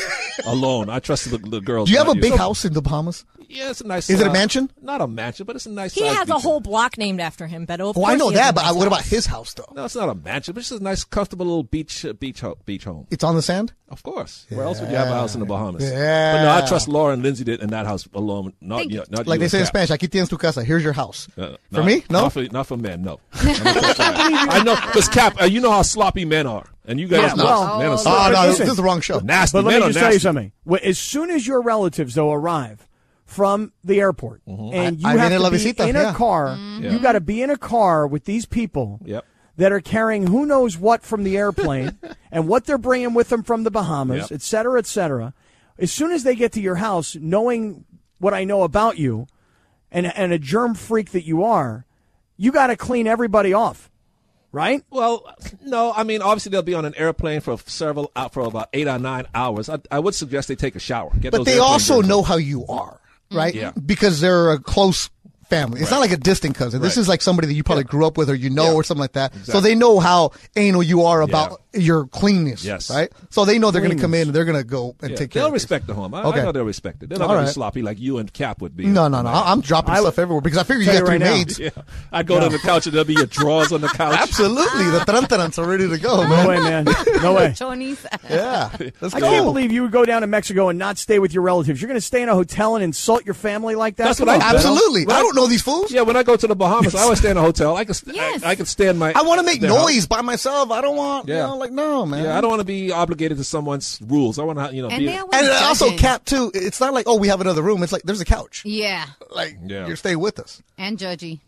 alone. I trust the, the girls.
Do you have a
not
big house in the Bahamas?
Yeah, it's a nice.
Is it a
uh,
mansion?
Not a mansion, but it's a nice.
He
sized
has a
beach.
whole block named after him, Beto. Of
Oh, I
course
know
he has a
that, but
nice
I- what about
house.
his house though?
No, it's not a mansion, but it's just a nice, comfortable little beach uh, beach ho- beach home.
It's on the sand.
Of course. Where else would you have a house in the Bahamas?
Yeah.
But no, I trust Laura and Lindsay did in that house alone. Not,
Thank
you,
you.
not
Like
you
they
and
say in
Cap.
Spanish, aquí tienes tu casa. Here's your house.
Uh,
for
not-
me, no.
not for, not for men. No, I'm not a trust man. I know because Cap, uh, you know how sloppy men are. And you guys,
Yeah, well, oh,
man,
but-
on
but
Saturday.
listen-
Nasty.
But let
man
me
on
just tell you
nasty.
something. Wh- As soon as your relatives though arrive from the airport,
Mm-hmm.
and you
I- I
have
viene
to
la
be
visita,
in
yeah. Mm-hmm.
a car,
Yeah.
you got to be in a car with these people.
Yep.
That are carrying who knows what from the airplane and what they're bringing with them from the Bahamas,
Yep.
et cetera, et cetera. As soon as they get to your house, knowing what I know about you and, and a germ freak that you are, you got to clean everybody off, right?
Well, no, I mean obviously they'll be on an airplane for several out for about eight or nine hours. I, I would suggest they take a shower. Get
but
those
they
airplane
also
germs.
know how you are, right?
Yeah.
Because they're a close family. It's not like a distant cousin. This
Right.
is like somebody that you probably grew up with or you know or something like that. So
Exactly.
they know how anal you are about your cleanness.
Yes.
Right? So they know they're going to come in and they're going to go and
Yeah,
take care
they'll
of
respect the home. I,
Okay.
I know they'll respect it. They're not
All
going to
right.
be sloppy like you and Cap would be.
No, no, no. I- I'm dropping stuff everywhere because I figure you
Tell
got
you
three
right now.
maids.
Yeah. I'd go to the couch and there'll be your drawers on the couch.
Absolutely. The trantarants are ready to go, man.
way, man. No way.
Yeah. Let's
I
go.
can't believe you would go down to Mexico and not stay with your relatives. You're going to stay in a hotel and insult your family like that?
That's
Come
what I
on,
do.
Beto.
Absolutely. I don't know these fools.
Yeah, when I go to the Bahamas, I always stay in a hotel. I can, st- I, I can stand my.
I want to make
their
noise
house.
by myself. I don't want,
Yeah.
you know, like, no, man.
Yeah, I don't want to be obligated to someone's rules. I want to, you know, be.
And also, Cap, too, it's not like, oh, we have another room. It's like, there's a couch.
Yeah.
Like,
Yeah.
you're staying with us.
And judgy.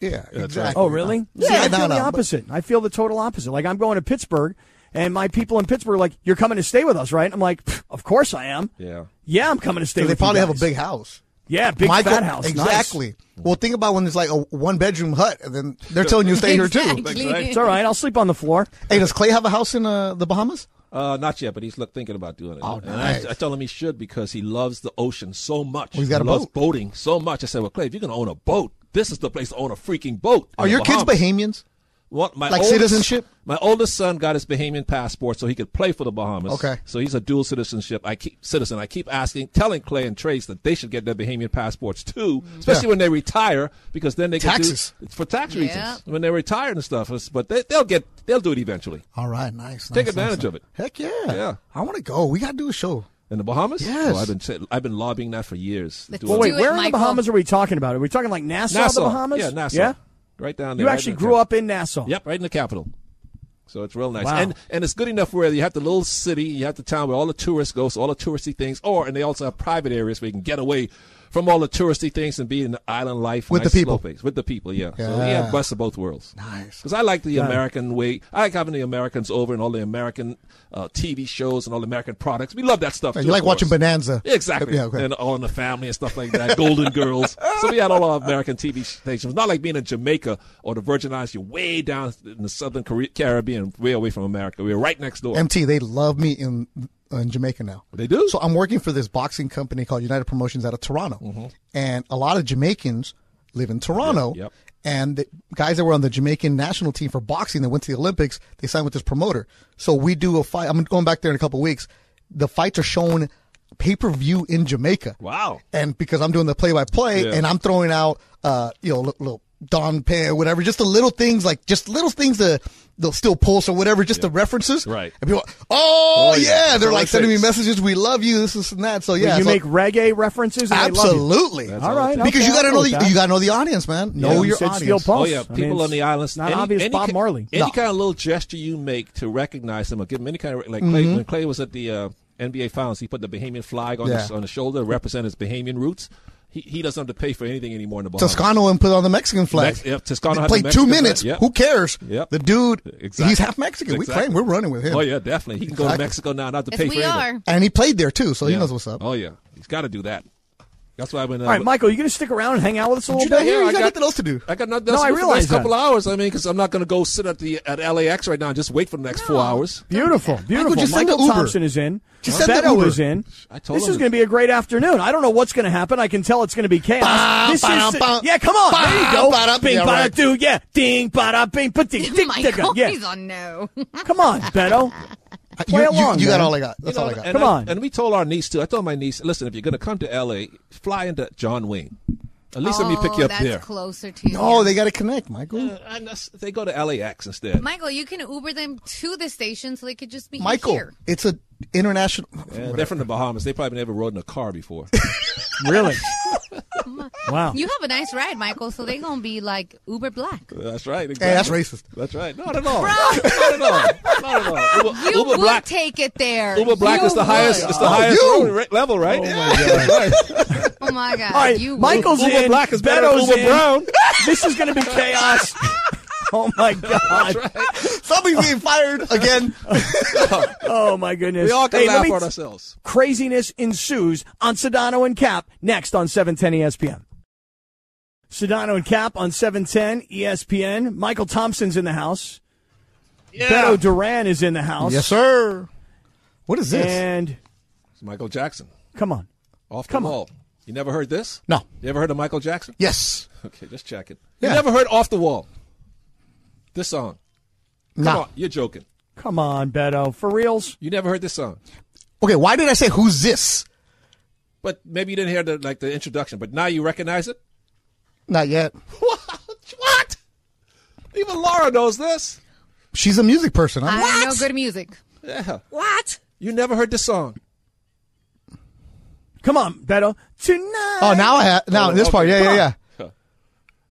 Yeah,
right.
exactly.
Oh, really?
Yeah,
See, I
no, no,
feel the
but-
opposite. I feel the total opposite. Like, I'm going to Pittsburgh, and my people in Pittsburgh are like, You're coming to stay with us, right? I'm like, "Pff, Of course I am.
Yeah.
Yeah, I'm coming to stay
So
with
they
you
probably have a
guys."
big house.
Yeah, big
Michael-
fat house. Nice.
Exactly. Well, think about when there's like a one bedroom hut, and then they're telling you to stay here too.
Exactly. That's right.
It's all right. I'll sleep on the floor.
Hey, does Clay have a house in uh, the Bahamas?
Uh, not yet, but he's look, thinking about doing it.
Oh,
and
nice.
I, I tell him he should because he loves the ocean so much.
he's got
he
a
loves
boat.
boating so much. I said, well, Clay, if you're going to own a boat, this is the place to own a freaking boat. in
Are
the
your kids
Bahamas.
Bahamians?
What, my
Like
oldest-
citizenship?
My oldest son got his Bahamian passport so he could play for the Bahamas.
Okay.
So he's a dual citizenship. I keep citizen. I keep asking, telling Clay and Trace that they should get their Bahamian passports too, especially
Yeah.
when they retire, because then they can do-
Taxes.
it's for tax
Yeah.
reasons when they retire and stuff. It's- But they, they'll get they'll do it eventually
All right, nice.
Take
nice,
advantage
nice,
of it.
Heck yeah.
Yeah.
I want to go. We got to do a show.
in the Bahamas.
Yes.
Oh, I've been sa- I've been lobbying that for years.
Let's
Doing
Well,
Do
wait,
it,
where in the
Michael.
Bahamas are we talking about? Are we talking like Nassau,
Nassau,
the Bahamas?
Yeah, Nassau.
Yeah?
Right down there.
You
right
actually
in the
grew
capital.
up in Nassau.
Yep, right in the capital. So it's real nice,
Wow.
and and it's good enough where you have the little city, you have the town where all the tourists go, so all the touristy things, or and they also have private areas where you can get away from all the touristy things and be in the island life
With the
nice, slow
people.
pace. with the people, yeah. So
Yeah.
we have best of both worlds.
Nice.
because I like the American way. I like having the Americans over and all the American uh, TV shows and all the American products. We love that stuff.
Right,
too,
you like
of
watching
course.
Bonanza.
Exactly.
Yeah, okay.
And uh, All in the Family and stuff like that. Golden Girls. So we had all our American TV stations. Not like being in Jamaica or the Virgin Islands. You're way down in the southern Carri- Caribbean, way away from America. We were right next door.
MT, they love me in in Jamaica now.
They do?
So I'm working for this boxing company called United Promotions out of Toronto, and a lot of Jamaicans live in Toronto.
Mm-hmm. Yep, yep.
And the guys that were on the Jamaican national team for boxing that went to the Olympics, they signed with this promoter. So we do a fight. I'm going back there in a couple weeks. The fights are shown pay per view in Jamaica.
Wow.
And because I'm doing the play by play,
Yeah.
and I'm throwing out, uh, you know, little, little Don Pan, whatever, just the little things like just little things that they'll still pulse or whatever, just the references.
Right.
And people, oh,
Oh, yeah.
yeah. they're
That's
like
what
sending
it
me
takes.
messages. We love you. This, this, and that. So
Where
yeah,
you
so-
make reggae references and they love you.
absolutely.
All right.
Because
okay,
you got to
I'll
know
go with
the
that.
you got to know the audience, man. Know
Yeah, you
your
said
audience.
Steel Pulse.
Oh yeah,
I mean,
people
it's
on the islands.
not obvious Bob
ki-
Marley.
Any
No.
kind of little gesture you make to recognize them or give them any kind of like
Mm-hmm.
Clay, when Clay was at the uh, NBA Finals, he put the Bahamian flag on,
Yeah.
his, on his shoulder to represent his Bahamian roots. He, he doesn't have to pay for anything anymore in the Bahamas.
Toscano and put on the Mexican flag.
Mex- yep, Toscano
They
had the
played two
Mexican flag,
minutes.
yep.
Who cares?
Yep.
The dude,
Exactly.
he's half Mexican.
Exactly.
We claim we're running with him.
Oh yeah, definitely. He can go to
Exactly.
Mexico now, not to
Yes,
pay for
we
anything.
are.
And he played there too, so he
Yeah.
knows what's up.
Oh yeah, he's got to do that. That's why I've been. Uh,
All right, Michael, you going to stick around and hang out with us a little
Did you not
bit
hear? You
I
got
got-
nothing else to do.
I got nothing
No,
else
I
to do for the
realize
next couple
that.
hours. I mean, because I'm not going to go sit at the at LAX right now and just wait for the next four hours.
Beautiful, beautiful.
just send
Michael
the Uber.
Thompson is in.
Just
Beto
send the Uber.
is in.
I told
this
him
is
to-
going to be a great afternoon. I don't know what's going to happen. I can tell it's going to be chaos.
Ba,
this
ba,
is
ba.
yeah. Come on,
Ba,
there you go.
ba, da,
bing,
yeah,
ba, da,
right.
do, yeah. Ding, ba, da, bing, ba, ding, ding,
Michael,
yeah.
he's on no.
Come on, Beto.
You,
Play
you-
along,
you
man.
got all I got. That's all I got.
and I-
Come on.
And we told our niece too. I told my niece, listen, if you're going to come to LA, fly into John Wayne. At least let me pick you
Oh,
up
that's
there.
closer to you.
Oh, they got to connect, Michael.
Uh, and that's- they go to LAX instead.
Michael, you can Uber them to the station so they could just meet you
Michael,
here.
it's a international.
Yeah, they're from the Bahamas. They probably never rode in a car before.
Really? Wow.
You have a nice ride, Michael. So they gonna be like Uber black.
That's right.
that's
exactly.
racist.
That's right. Not at all. Not at all. Not at all. Uber,
You
Uber
would
Black.
take it there.
Uber Black
You
is the
would.
highest. It's the highest
you!
road ra- level, right? Oh
Oh my god.
All right,
you would.
Michael's
Uber
in.
Black is better than
Beto's
Uber
in.
Brown.
This is going to be chaos. Oh my god!
Somebody's being fired again.
Oh my goodness!
We all can
Hey, let
laugh
me-
on ourselves.
Craziness ensues on Sedano and Cap next on E 710 ESPN. Sedano and Cap on E 710 ESPN. Michael Thompson's in the house. Beto Duran is in the house.
Yes, sir. What is this?
And
It's Michael Jackson.
come on.
Off the
Come on.
wall. You never heard this?
No.
You ever heard of Michael Jackson?
Yes.
Okay, just check it.
Yeah.
You never heard Off the Wall? This song. Come
No.
on, you're joking.
Come on, Beto. For reals?
You never heard this song.
Okay, why did I say who's this?
But maybe you didn't hear the like the introduction, but now you recognize it?
Not yet.
What? What? Even Laura knows this.
She's a music person.
I
Huh?
don't know good music.
Yeah.
What?
You never heard this song.
Come on, Beto. Tonight.
Oh, now I have. Now this part. Yeah, yeah, yeah.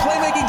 playmaking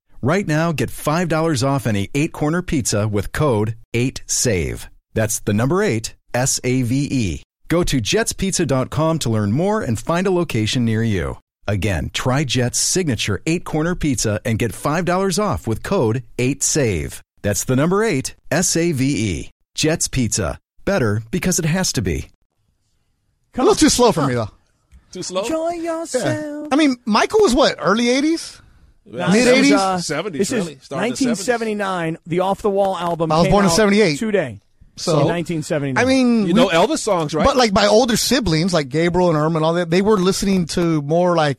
Right now, get $5 off any eight corner pizza with code 8SAVE. That's the number eight, S A V E. Go to jetspizza.com to learn more and find a location near you. Again, try Jet's signature eight corner pizza and get $5 off with code 8SAVE. That's the number eight, S A V E. Jet's Pizza. Better because it has to be.
A little too slow for me though.
Too slow?
Enjoy yourself.
I mean, Michael was what early '80s.
Yeah.
Mid-
This is,
80s?
uh,
70s,
This is
really. Started in the
1979. The Off the Wall album.
I was
came
born in
out
78.
Today.
So-
in 1979.
I mean,
You know Elvis songs, right?
But like my older siblings, like Gabriel and Irma and all that, they were listening to more like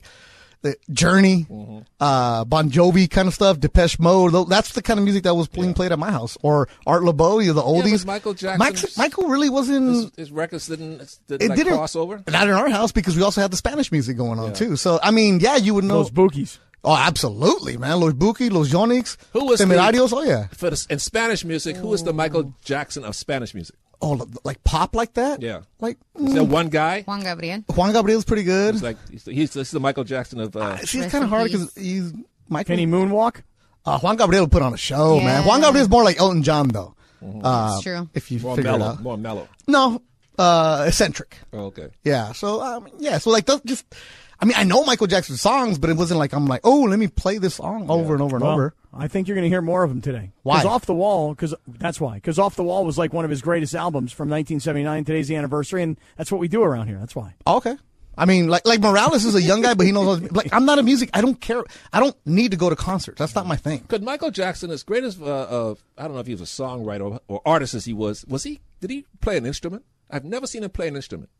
the Journey,
Mm-hmm.
uh, Bon Jovi kind of stuff, Depeche Mode. Tho- That's the kind of music that was being played at my house. Or Art LeBeau, you know, the
but
oldies.
Michael Jackson-
Mike's- Michael really wasn't.
his, his records didn't, didn't,
it
like,
didn't
cross over.
Not in our house because we also had the Spanish music going on too. So I mean, yeah, you would know.
those bookies.
oh, absolutely, man. Los Buki, Los Yonix,
Who was the-
Temerarios. Oh yeah.
For the, in Spanish music, who is the Michael Jackson of Spanish music?
Oh, like pop like that.
Yeah.
Like mm,
Is that one guy?
Juan Gabriel.
Juan Gabriel's pretty good.
He's like he's, he's this is the Michael Jackson of uh,
See,
Rest
it's kind
in
of hard
peace.
because he's Michael.
Can he moonwalk?
Uh, Juan Gabriel put on a show,
Yeah. Mm-hmm.
man. Juan Gabriel's more like Elton John, though. Uh,
That's true.
If you
more
figure it
mellow,
out,
more mellow.
no, uh, eccentric.
Oh, okay.
Yeah. So um, yeah. So like, those just. I mean, I know Michael Jackson songs, but it wasn't like I'm like, oh, let me play this song over and over and
Well,
over.
I think you're going to hear more of him today.
Why?
Because Off the Wall, because that's why. Because Off the Wall was like one of his greatest albums from 1979. Today's the anniversary, and that's what we do around here. That's why.
Oh, Okay. I mean, like like Morales is a young guy, but he knows. all the- Like I'm not a music. I don't care. I don't need to go to concerts. That's not my thing.
Because Michael Jackson, as great as uh, uh, I don't know if he was a songwriter or, or artist as he was, was he? Did he play an instrument? I've never seen him play an instrument.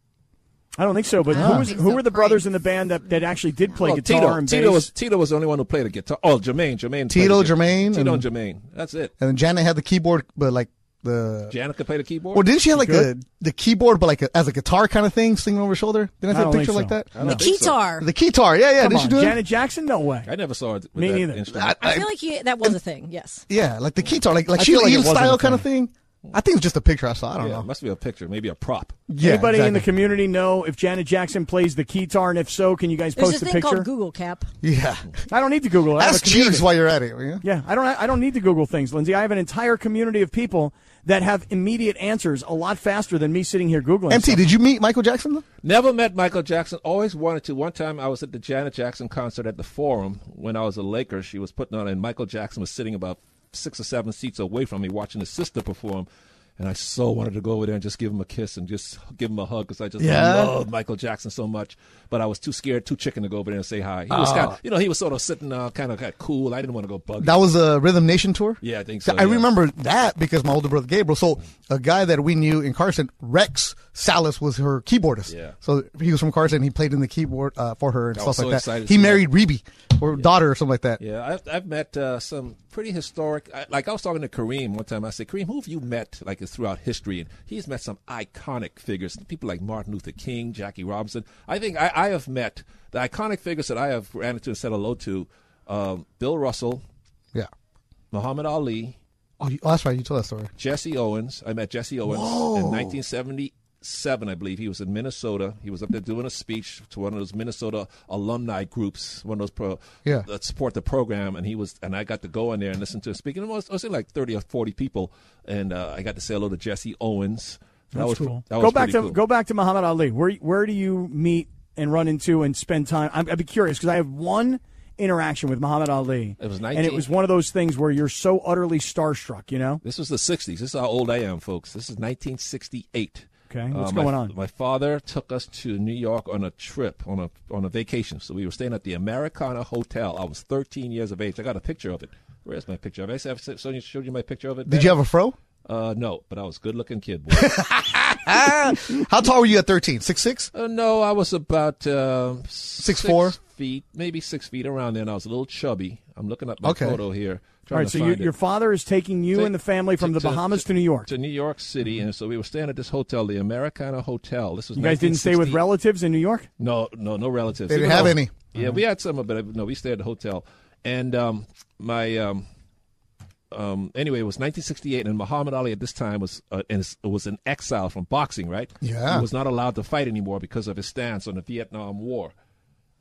I don't think so. But
Ah.
who, was,
think
who
so.
were the brothers in the band that, that actually did play
Oh,
Well,
guitar
Tito,
and
Tito
bass?
was Tito was the only one who played a guitar. Oh, Jermaine, Jermaine. played
Tito,
the guitar.
Jermaine,
Tito, and
and-
Jermaine. That's it.
And then Janet had the keyboard, but like the
Janica played the keyboard.
Well, didn't she have like a,
Good.
the keyboard, but like a, as a guitar kind of thing, singing over her shoulder? Didn't I see
I
a
don't
picture like
think so.
that?
I, don't think so.
Guitar.
The guitar, yeah, yeah.
Come
did
on,
she do it?
Janet Jackson? No way.
I never saw it. With
Me
that
neither.
Instrument.
I,
I
I-
feel like he, that was a thing. Yes.
yeah, like the guitar, like like
I feel
Sheila
like it
Eden
wasn't
style
a
kind of thing. I think it's just a picture I saw. I don't
yeah,
know.
must be a picture, maybe a prop.
Yeah,
Anybody in the
exactly.
community know if Janet Jackson plays the guitar, and if so, can you guys
There's
post
this
the
thing
picture?
called Google Cap.
Yeah,
I don't need to Google. it. I have
ask
a community.
Jeeves while you're at it. will you?
Yeah, I don't. I don't need to Google things, Lindsay. I have an entire community of people that have immediate answers a lot faster than me sitting here googling.
MT,
stuff.
did you meet Michael Jackson? Though?
Never met Michael Jackson. Always wanted to. One time I was at the Janet Jackson concert at the Forum when I was a Laker. She was putting on, and Michael Jackson was sitting about six or seven seats away from me watching his sister perform. And I so wanted to go over there and just give him a kiss and just give him a hug because I just
Yeah.
loved Michael Jackson so much. But I was too scared, too chicken to go over there and say hi. He was
Oh.
kind of, you know, he was sort of sitting uh, kind of like, cool. I didn't want to go bug.
That
him.
was a Rhythm Nation tour.
Yeah, I think so,
I
yeah.
remember that because my older brother Gabriel. So a guy that we knew in Carson, Rex Salas, was her keyboardist.
Yeah.
So he was from Carson. He played in the keyboard uh, for her and
I
stuff
was so
like
excited
that.
to
He
see
married Rebe or daughter or something like that.
Yeah, I've, I've met uh, some pretty historic. I, like I was talking to Kareem one time. I said, Kareem, who have you met like throughout history? And he's met some iconic figures, people like Martin Luther King, Jackie Robinson. I think I, I have met the iconic figures that I have ran into and said hello to: um, Bill Russell,
Yeah.
Muhammad Ali,
Oh, you, oh, that's right. You told that story.
Jesse Owens. I met Jesse Owens
Whoa.
in 1977, I believe. He was in Minnesota. He was up there doing a speech to one of those Minnesota alumni groups, one of those pro,
Yeah.
that support the program. And he was, and I got to go in there and listen to him speak. And it was, it was like 30 or 40 people, and uh, I got to say hello to Jesse Owens.
That's
was
cool.
That was
go back
pretty
to
cool.
go back to Muhammad Ali. Where where do you meet and run into and spend time? I'm, I'd be curious because I have one interaction with Muhammad Ali.
It was
and
19
it was one of those things where you're so utterly starstruck. You know,
This was the 60s. This is how old I am, folks. This is 1968.
Okay, what's
my-
going on?
My father took us to New York on a trip, on a on a vacation. So we were staying at the Americana Hotel. I was 13 years of age. I got a picture of it. Where's my picture of it? Have I showed you- showed you my picture of it?
Did you have a fro?
Uh, no, but I was a good-looking kid, boy.
How tall were you at 13? Six six?
Uh, no, I was about um, six
four?
feet, maybe six feet around there, and I was a little chubby. I'm looking at my
Okay.
photo here.
all
Trying
right.
to
So
find
you,
it.
your father is taking you
Take-
and the family from
to-
the
to-
Bahamas to, New York.
to New York City, and so we were staying at this hotel, the Americana Hotel. This was
You guys didn't stay with
1960
relatives in New York.
no, no, no relatives.
They didn't
Even
have
though-
any.
Yeah, we had some, but uh, no, we stayed at the hotel. And um, my um, um, anyway, it was 1968, and Muhammad Ali at this time was uh, and is- was in exile from boxing, right?
Yeah.
he was not allowed to fight anymore because of his stance on the Vietnam War.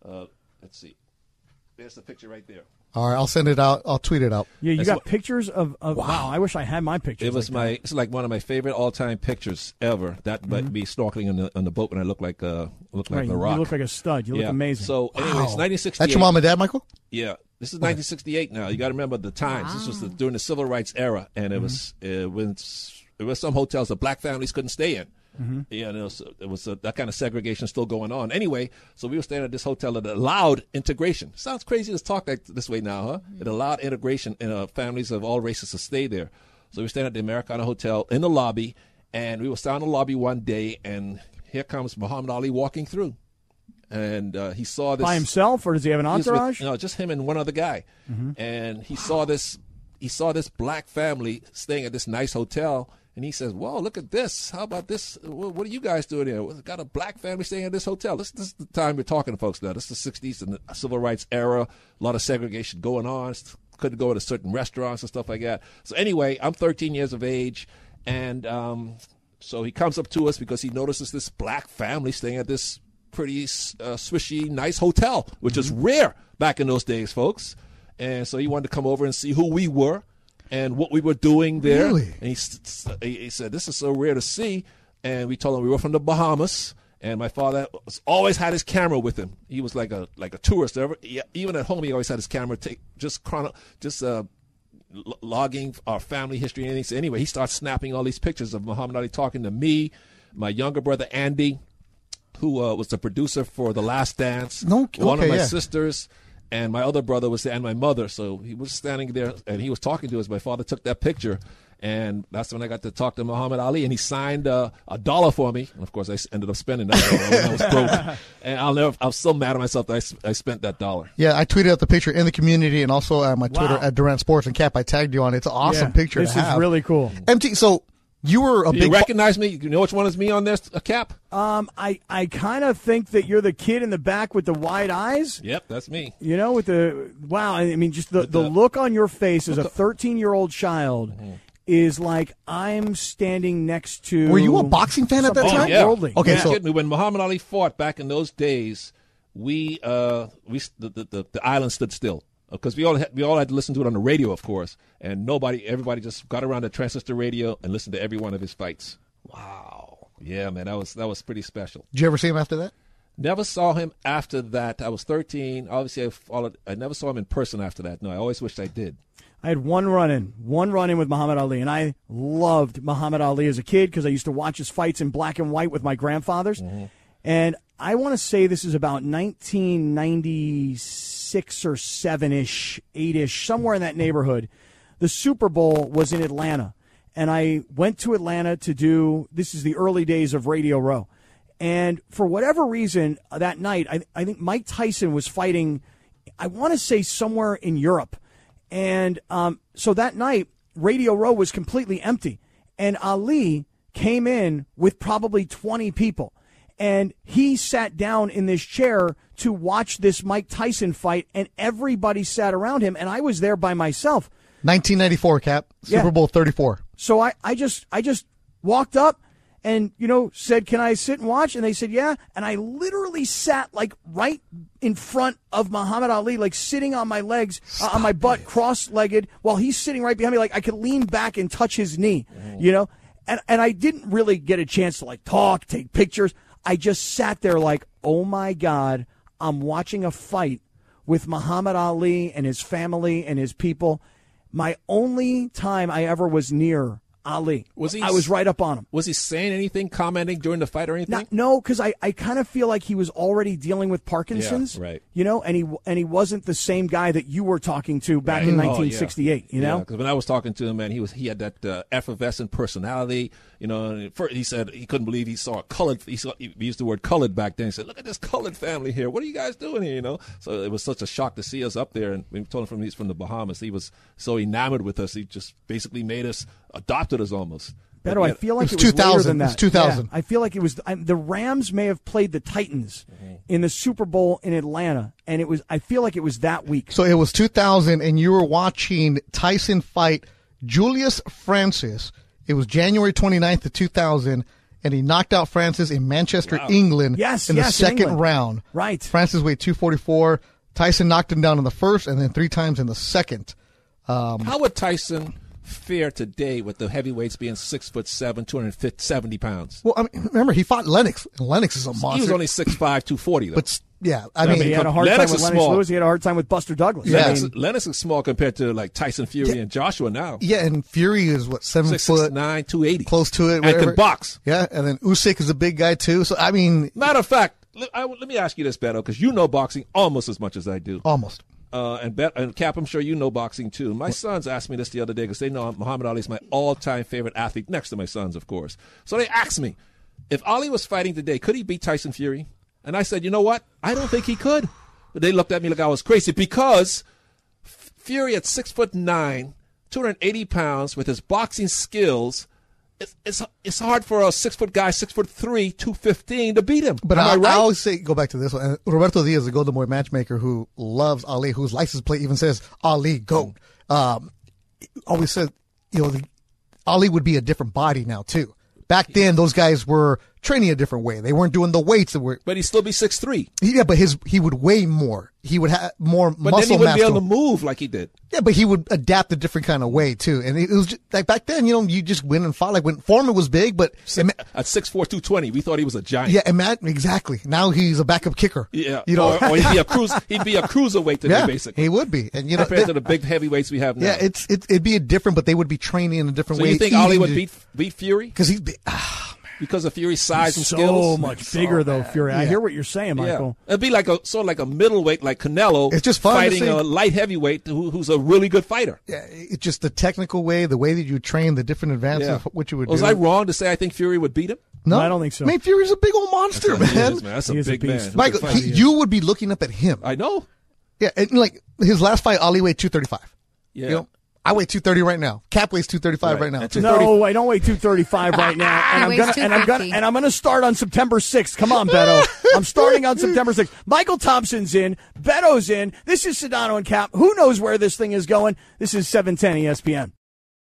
Uh, let's see, there's the picture right there.
All right. I'll send it out. I'll tweet it out.
Yeah, you
That's
got
what-
pictures of, of wow. I wish I had my pictures.
It was my it's like one of my favorite all time pictures ever. That might be snorkeling on the on the boat when I look like uh look like
Mm-hmm. Right,
the
you
rock.
look like a stud. You look amazing.
So anyways,
Wow.
1968.
That's your mom and dad, Michael?
Yeah. This is 1968 now. You got to remember the times. This was the, during the civil rights era and it
Mm-hmm.
was uh, when s- there were some hotels that black families couldn't stay in.
Mm-hmm.
Mhm.
Yeah, and it was, it was uh, that kind of segregation still going on. Anyway, so we were staying at this hotel that allowed integration. Sounds crazy to talk like this way now, huh?
Mm-hmm.
It allowed integration and uh, families of all races to stay there. So we were staying at the Americana Hotel in the lobby, and we were down in the lobby one day, and here comes Muhammad Ali walking through, and uh, he saw this
by himself, or does he have an
he was with-
entourage? Mm-hmm.
no, just him and one other guy. And he saw this he saw this black family staying at this nice hotel and he says, "Whoa, look at this! How about this? What, what are you guys doing here? We've Got a black family staying at this hotel. This, this is the time we're talking, folks. Now, this is the '60s and the civil rights era. A lot of segregation going on. Couldn't go to certain restaurants and stuff like that. So anyway, I'm 13 years of age, and um, so he comes up to us because he notices this black family staying at this pretty uh, swishy, nice hotel, which is rare back in those days, folks. And so he wanted to come over and see who we were and what we were doing there.
Really?
And he, s- s- he he said, This is so rare to see. And we told him we were from the Bahamas. And my father was, always had his camera with him. He was like a like a tourist. Ever- e- Even at home, he always had his camera take just chrono, just uh, l- logging our family history and anything. So anyway, he starts snapping all these pictures of Muhammad Ali talking to me, my younger brother Andy, who uh, was the producer for The Last Dance.
No,
one
okay,
of my
yeah.
sisters and my other brother was there, and my mother. So he was standing there, and he was talking to us. My father took that picture, and that's when I got to talk to Muhammad Ali, and he signed uh, a dollar for me. And of course, I s- ended up spending that dollar when I was broke, and I'll never. I was so mad at myself that I, s- I spent that dollar.
Yeah, I tweeted out the picture in the community and also at my Twitter at Durant Sports and Cap. I tagged you on it. It's an awesome
Yeah,
picture.
This
to
is
have.
really cool.
MT. So you were a
Do
big Uh,
you recognize me? You know which one is me on this a cap?
Um, I, I kind of think that you're the kid in the back with the wide eyes.
Yep, that's me.
You know, with the wow, I mean, just the, the, look on your face as a 13 year old child
Mm-hmm.
is like I'm standing next to.
Were you a boxing fan at that
something
time?
Oh, Yeah.
Worldly.
Okay,
Okay,
so
so-
when Muhammad Ali fought back in those days, we uh we s- the the, the, the island stood still because we all had, we all had to listen to it on the radio, of course, and nobody everybody just got around the transistor radio and listened to every one of his fights. Wow. Yeah, man, that was that was pretty special.
Did you ever see him after that?
Never saw him after that. I was 13. Obviously, I followed. I never saw him in person after that. No, I always wished I did.
I had one run in, one run in with Muhammad Ali, and I loved Muhammad Ali as a kid because I used to watch his fights in black and white with my grandfathers. And I want to say this is about 1996 or 7 ish, 8 ish, somewhere in that neighborhood. The Super Bowl was in Atlanta, and I went to Atlanta to do this is the early days of Radio Row. And for whatever reason, uh, that night, I, I think Mike Tyson was fighting, I want to say somewhere in Europe. And um, so that night, Radio Row was completely empty. And Ali came in with probably 20 people. And he sat down in this chair to watch this Mike Tyson fight, and everybody sat around him. And I was there by myself.
1994, Cap. Super
Yeah.
Bowl 34.
So I, I just I just walked up and you know said, "Can I sit and watch?" And they said, "Yeah." And I literally sat like right in front of Muhammad Ali, like sitting on my legs, uh, on my butt, cross-legged, while he's sitting right behind me. Like I could lean back and touch his knee, you know. And and I didn't really get a chance to like talk, take pictures. I just sat there like, "Oh my god, I'm watching a fight." with Muhammad Ali and his family and his people. My only time I ever was near Ali
Was he-
I was right up on him.
Was he saying anything, commenting during the fight or anything?
Not, no, because I, I kind of feel like he was already dealing with Parkinson's,
Yeah, right.
You know, and he and he wasn't the same guy that you were talking to back in
Right. Oh, yeah.
1968. You know,
because when I was talking to him, man, he was he had that uh, effervescent personality. You know, and at first he said he couldn't believe he saw a colored. He, saw, he used the word colored back then. He said, "Look at this colored family here. What are you guys doing here?" You know, so it was such a shock to see us up there. And we told him from he's from the Bahamas. He was so enamored with us. He just basically made us adopted us almost.
Beto, I feel like it was, later than that. Yeah, I feel like it was I, the Rams may have played the Titans
Mm-hmm.
in the Super Bowl in Atlanta, and it was. I feel like it was that week.
So it was 2000, and you were watching Tyson fight Julius Francis. It was January 29th of 2000, and he knocked out Francis in Manchester,
Wow.
England
Yes,
in the
yes, in
second
England.
round.
Right.
Francis weighed 244. Tyson knocked him down in the first and then three times in the second. Um,
How would Tyson fare today with the heavyweights being six foot seven, two hundred fifty, seventy pounds?
well, I mean, remember, he fought Lennox, and Lennox is a monster.
He was only six five, two forty though.
But yeah, I
No,
mean,
but
he had a hard
Lennox
time with
is
Lennox
small.
Lewis. He had a hard time with Buster Douglas. I
Lennox,
mean,
Lennox is small compared to like Tyson Fury and Joshua now.
Yeah, and Fury is what seven
Six,
foot
six, nine, two eighty.
close to it.
And can
whatever.
box.
Yeah, and then Usyk is a big guy too. So I mean,
Matter of fact, let, I, let me ask you this, Beto, because you know boxing almost as much as I do.
Almost.
Uh, and, Bet, and Cap, I'm sure you know boxing too. My sons asked me this the other day because they know Muhammad Ali is my all-time favorite athlete, next to my sons, of course. So they asked me, if Ali was fighting today, could he beat Tyson Fury? And I said, you know what? I don't think he could. But they looked at me like I was crazy because Fury at six foot nine, 280 pounds, with his boxing skills, it's, it's, it's hard for a six foot guy, six foot three, 215 to beat him.
But
Am
I,
I right?
I always say, go back to this one. And Roberto Diaz, the Golden Boy matchmaker who loves Ali, whose license plate even says Ali Goat, um, always said, you know, the, Ali would be a different body now, too. Back then, those guys were training a different way. They weren't doing the weights that were.
but he'd still be six three.
Yeah, but his he would weigh more. He would have more
But
muscle
then he wouldn't
mass.
be
to
able to
him.
move like he did.
Yeah, but he would adapt a different kind of way too. And it was just, like back then, you know, you just win and fight. Like when Foreman was big, but ima-
At 6'4", 220, we thought he was a giant.
yeah, imagine exactly. Now he's a backup kicker.
Yeah,
you know,
or, or he'd be a cruise. He'd be a cruiserweight today,
yeah,
basically.
he would be. And you know,
compared to the big heavyweights we have now.
yeah, it's it, it'd be a different, but they would be training in a different
so
way.
you think Ali would beat beat Fury
because he's big.
because of Fury's size and
so
skills?
much bigger though, Fury. I
Yeah.
hear what you're saying, Michael.
Yeah, it'd be like a sort of like a middleweight, like Canelo.
It's just fun to
fighting
see.
a light heavyweight who, who's a really good fighter.
Yeah, it's just the technical way, the way that you train, the different advances
Yeah.
of what you would
Was
do.
I wrong to say I think Fury would beat him?
no,
I don't think so.
Man, Fury's a big old monster,
He
man.
is, man. That's a
He is a
big
beast.
man.
Michael,
Look at
he,
five years.
you would be looking up at him.
I know.
Yeah, and like his last fight, Ali weighed two thirty five.
Yeah.
You know, I weigh two thirty right now. Cap weighs two thirty five
Right.
right, now.
That's
too.
No, I don't weigh 235 right now, and
I
I'm
weigh
gonna and I'm gonna
250.
and I'm gonna start on September 6th. Come on, Beto. I'm starting on September 6th. Michael Thompson's in, Beto's E in. This is Sedano and Cap. Who knows where this thing is going? This is 710 ESPN.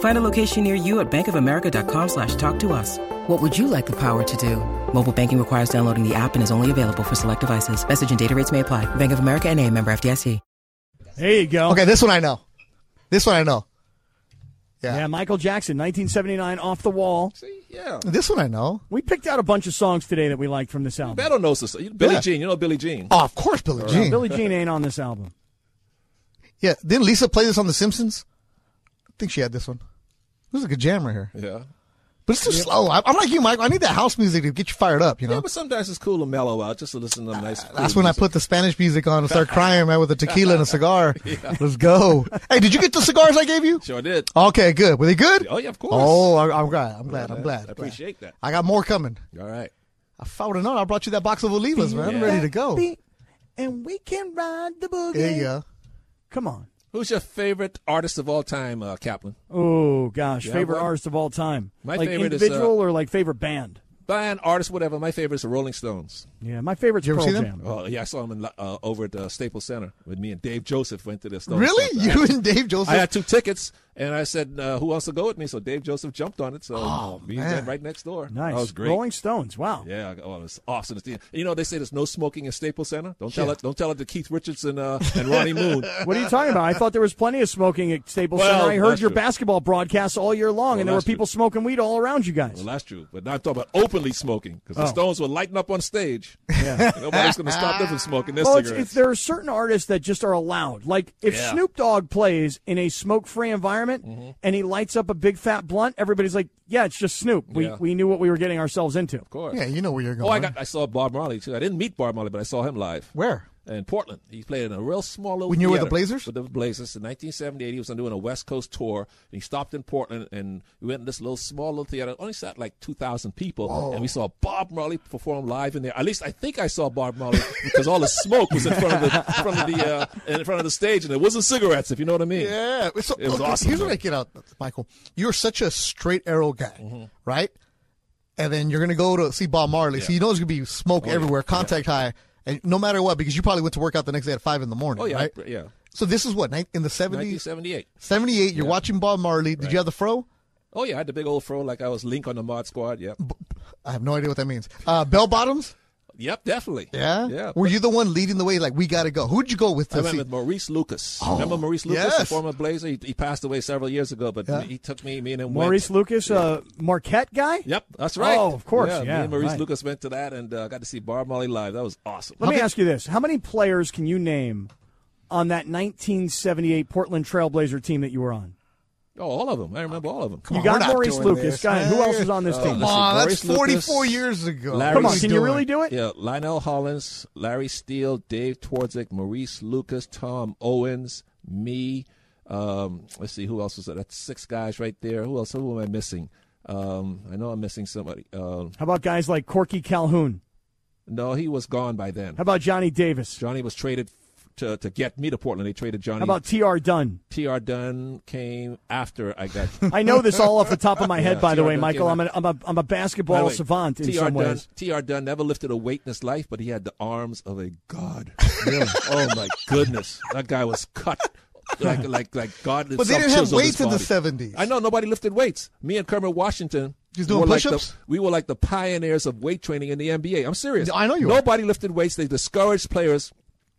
Find a location near you at bankofamerica.com slash talk to us. What would you like the power to do? Mobile banking requires downloading the app and is only available for select devices. Message and data rates may apply. Bank of America and a member FDIC.
There you go.
Okay, this one I know. This one I know.
Yeah. Michael Jackson, 1979, off the wall.
yeah.
This one I know.
We picked out a bunch of songs today that we liked from this album.
I don't know. sister. Billy
Yeah.
Jean. You know Billy Jean.
Oh, of course, Billy Jean.
Billy Jean ain't on this album.
Yeah, didn't Lisa play this on The Simpsons? I think she had this one. This is a good jam right here.
Yeah.
But it's too slow. I- I'm like you, Mike. I need that house music to get you fired up, you know? Ah,
Yeah, but sometimes it's cool to mellow out just to listen to them nice. cool
That's when I
music.
put the Spanish music on and start crying, man, with a tequila and a cigar. Let's go. Hey, did you get the cigars I gave you?
Sure did.
Okay, good. Were they good?
Oh, yeah, of course.
Oh, I, I'm glad. I'm glad.
Yeah,
I'm glad.
I appreciate that.
I got more coming.
All right.
If I would have known, I brought you that box of Olivas, man. I'm
Yeah.
ready to go.
And we can ride the boogie.
There you go.
Come on.
Who's your favorite artist of all time, uh, Kaplan?
Oh gosh,
You have
favorite
one?
artist of all time.
My
like
favorite is, uh,
individual or like favorite band.
Band, artist, whatever. My favorite is the Rolling Stones.
Yeah, my favorite's Pearl Jam.
Oh, yeah, I saw them in, uh, over at the Staples Center with me and Dave Joseph went to the Stones.
Really?
concert.
You and Dave Joseph?
I had two tickets, and I said, uh, "Who wants to go with me?" So Dave Joseph jumped on it. So
Oh,
we
man.
went right next door.
Nice.
That was great.
Rolling Stones. Wow.
Yeah, oh, it was awesome. It's the- You know, they say there's no smoking in Staples Center. Don't tell it. Don't tell it to Keith Richardson uh, and Ronnie Moon.
What are you talking about? I thought there was plenty of smoking at Staples
Well,
Center. I heard
that's
your
true.
basketball broadcasts all year long,
Well,
and there were
that's true.
people smoking weed all around you guys.
Well, that's true. But now I'm talking about openly smoking because
Oh.
the Stones were lighting up on stage. Nobody's going to stop them from smoking their
well, it's,
cigarettes.
it's- there are certain artists that just are allowed. Like if
Yeah. Mm-hmm.
Snoop Dogg plays in a smoke-free environment and he lights up a big fat blunt, everybody's like, "Yeah, it's just Snoop. We
Yeah.
we knew what we were getting ourselves into." Of
course.
Yeah, you know where you're going.
Oh, I got. I saw Bob Marley too. I didn't meet Bob Marley, but I saw him live.
Where?
In Portland. He played in a real small little.
When you were with the
theater
Blazers?
With the Blazers in 1978, he was doing a West Coast tour, and he stopped in Portland, and we went in this little small little theater. Only sat like 2,000 people, and we saw Bob Marley perform live in there. At least I think I saw Bob Marley because all the smoke was in front of the in front of the uh, in front of the stage, and it wasn't cigarettes, if you know what I mean.
Yeah, so,
it was
okay,
awesome.
Here's what I get out, Michael. You're such a straight arrow guy,
Mm-hmm.
right? And then you're gonna go to see Bob Marley, so you know there's gonna be
Oh,
smoke everywhere, contact high, and no matter what, because you probably went to work out the next day at five in the morning,
Oh yeah,
right?
I- yeah.
So this is what ni- in the 70s,
1978.
78. You're watching Bob Marley. Did you have the fro?
Oh yeah, I had the big old fro like I was Link on the Mod Squad. Yep.
I have no idea what that means. Uh, bell bottoms.
Yep, definitely.
Yeah.
Yeah.
Were you the one leading the way? Like we gotta go. Who'd you go with? To
I went
see?
with Maurice Lucas. Remember Maurice Lucas, the
Oh, yes.
former Blazer? He, he passed away several years ago, but
Yeah.
he took me, me and him
Maurice
went.
Lucas, uh, Marquette guy.
Yep, that's right.
Oh, of course. Yeah,
me and Maurice
right.
Lucas went to that and uh, got to see Bob Marley live. That was awesome.
Let me ask you this: How many players can you name on that 1978 Portland Trailblazer team that you were on?
Oh, all of them. I remember all of them.
You on, got we're not Maurice doing Lucas. this. Go ahead. Who else is on this
let's
team?
see.
Aw, that's
Maurice
44 years ago.
Larry
Come on, can you
Stewart.
really do it?
Yeah, Lionel Hollins, Larry Steele, Dave Twardzik, Maurice Lucas, Tom Owens, me. Um, let's see, who else was that? That's six guys right there. Who else? Who am I missing? Um, I know I'm missing somebody. Um,
How about guys like Corky Calhoun?
No, he was gone by then.
How about Johnny Davis?
Johnny was traded f- to to get me to Portland. They traded Johnny.
How about T.R. Dunn?
T.R. Dunn came after I got.
I know this all off the top of my head,
Yeah,
by the
T.R.
way,
Dunn
Michael. I'm
came
a, I'm a, I'm a
By the
basketball
way,
savant in
T.R.
some
Dunn,
ways.
T.R. Dunn never lifted a weight in his life, but he had the arms of a god. oh my goodness, that guy was cut like like like God.
But they
himself
didn't have
chiseled his
weights in the
body.
70s.
I know nobody lifted weights. Me and Kermit Washington.
Just doing
were like
push-ups?
the- we were like the pioneers of weight training in the NBA. I'm serious.
I know you are.
Nobody lifted weights. They discouraged players.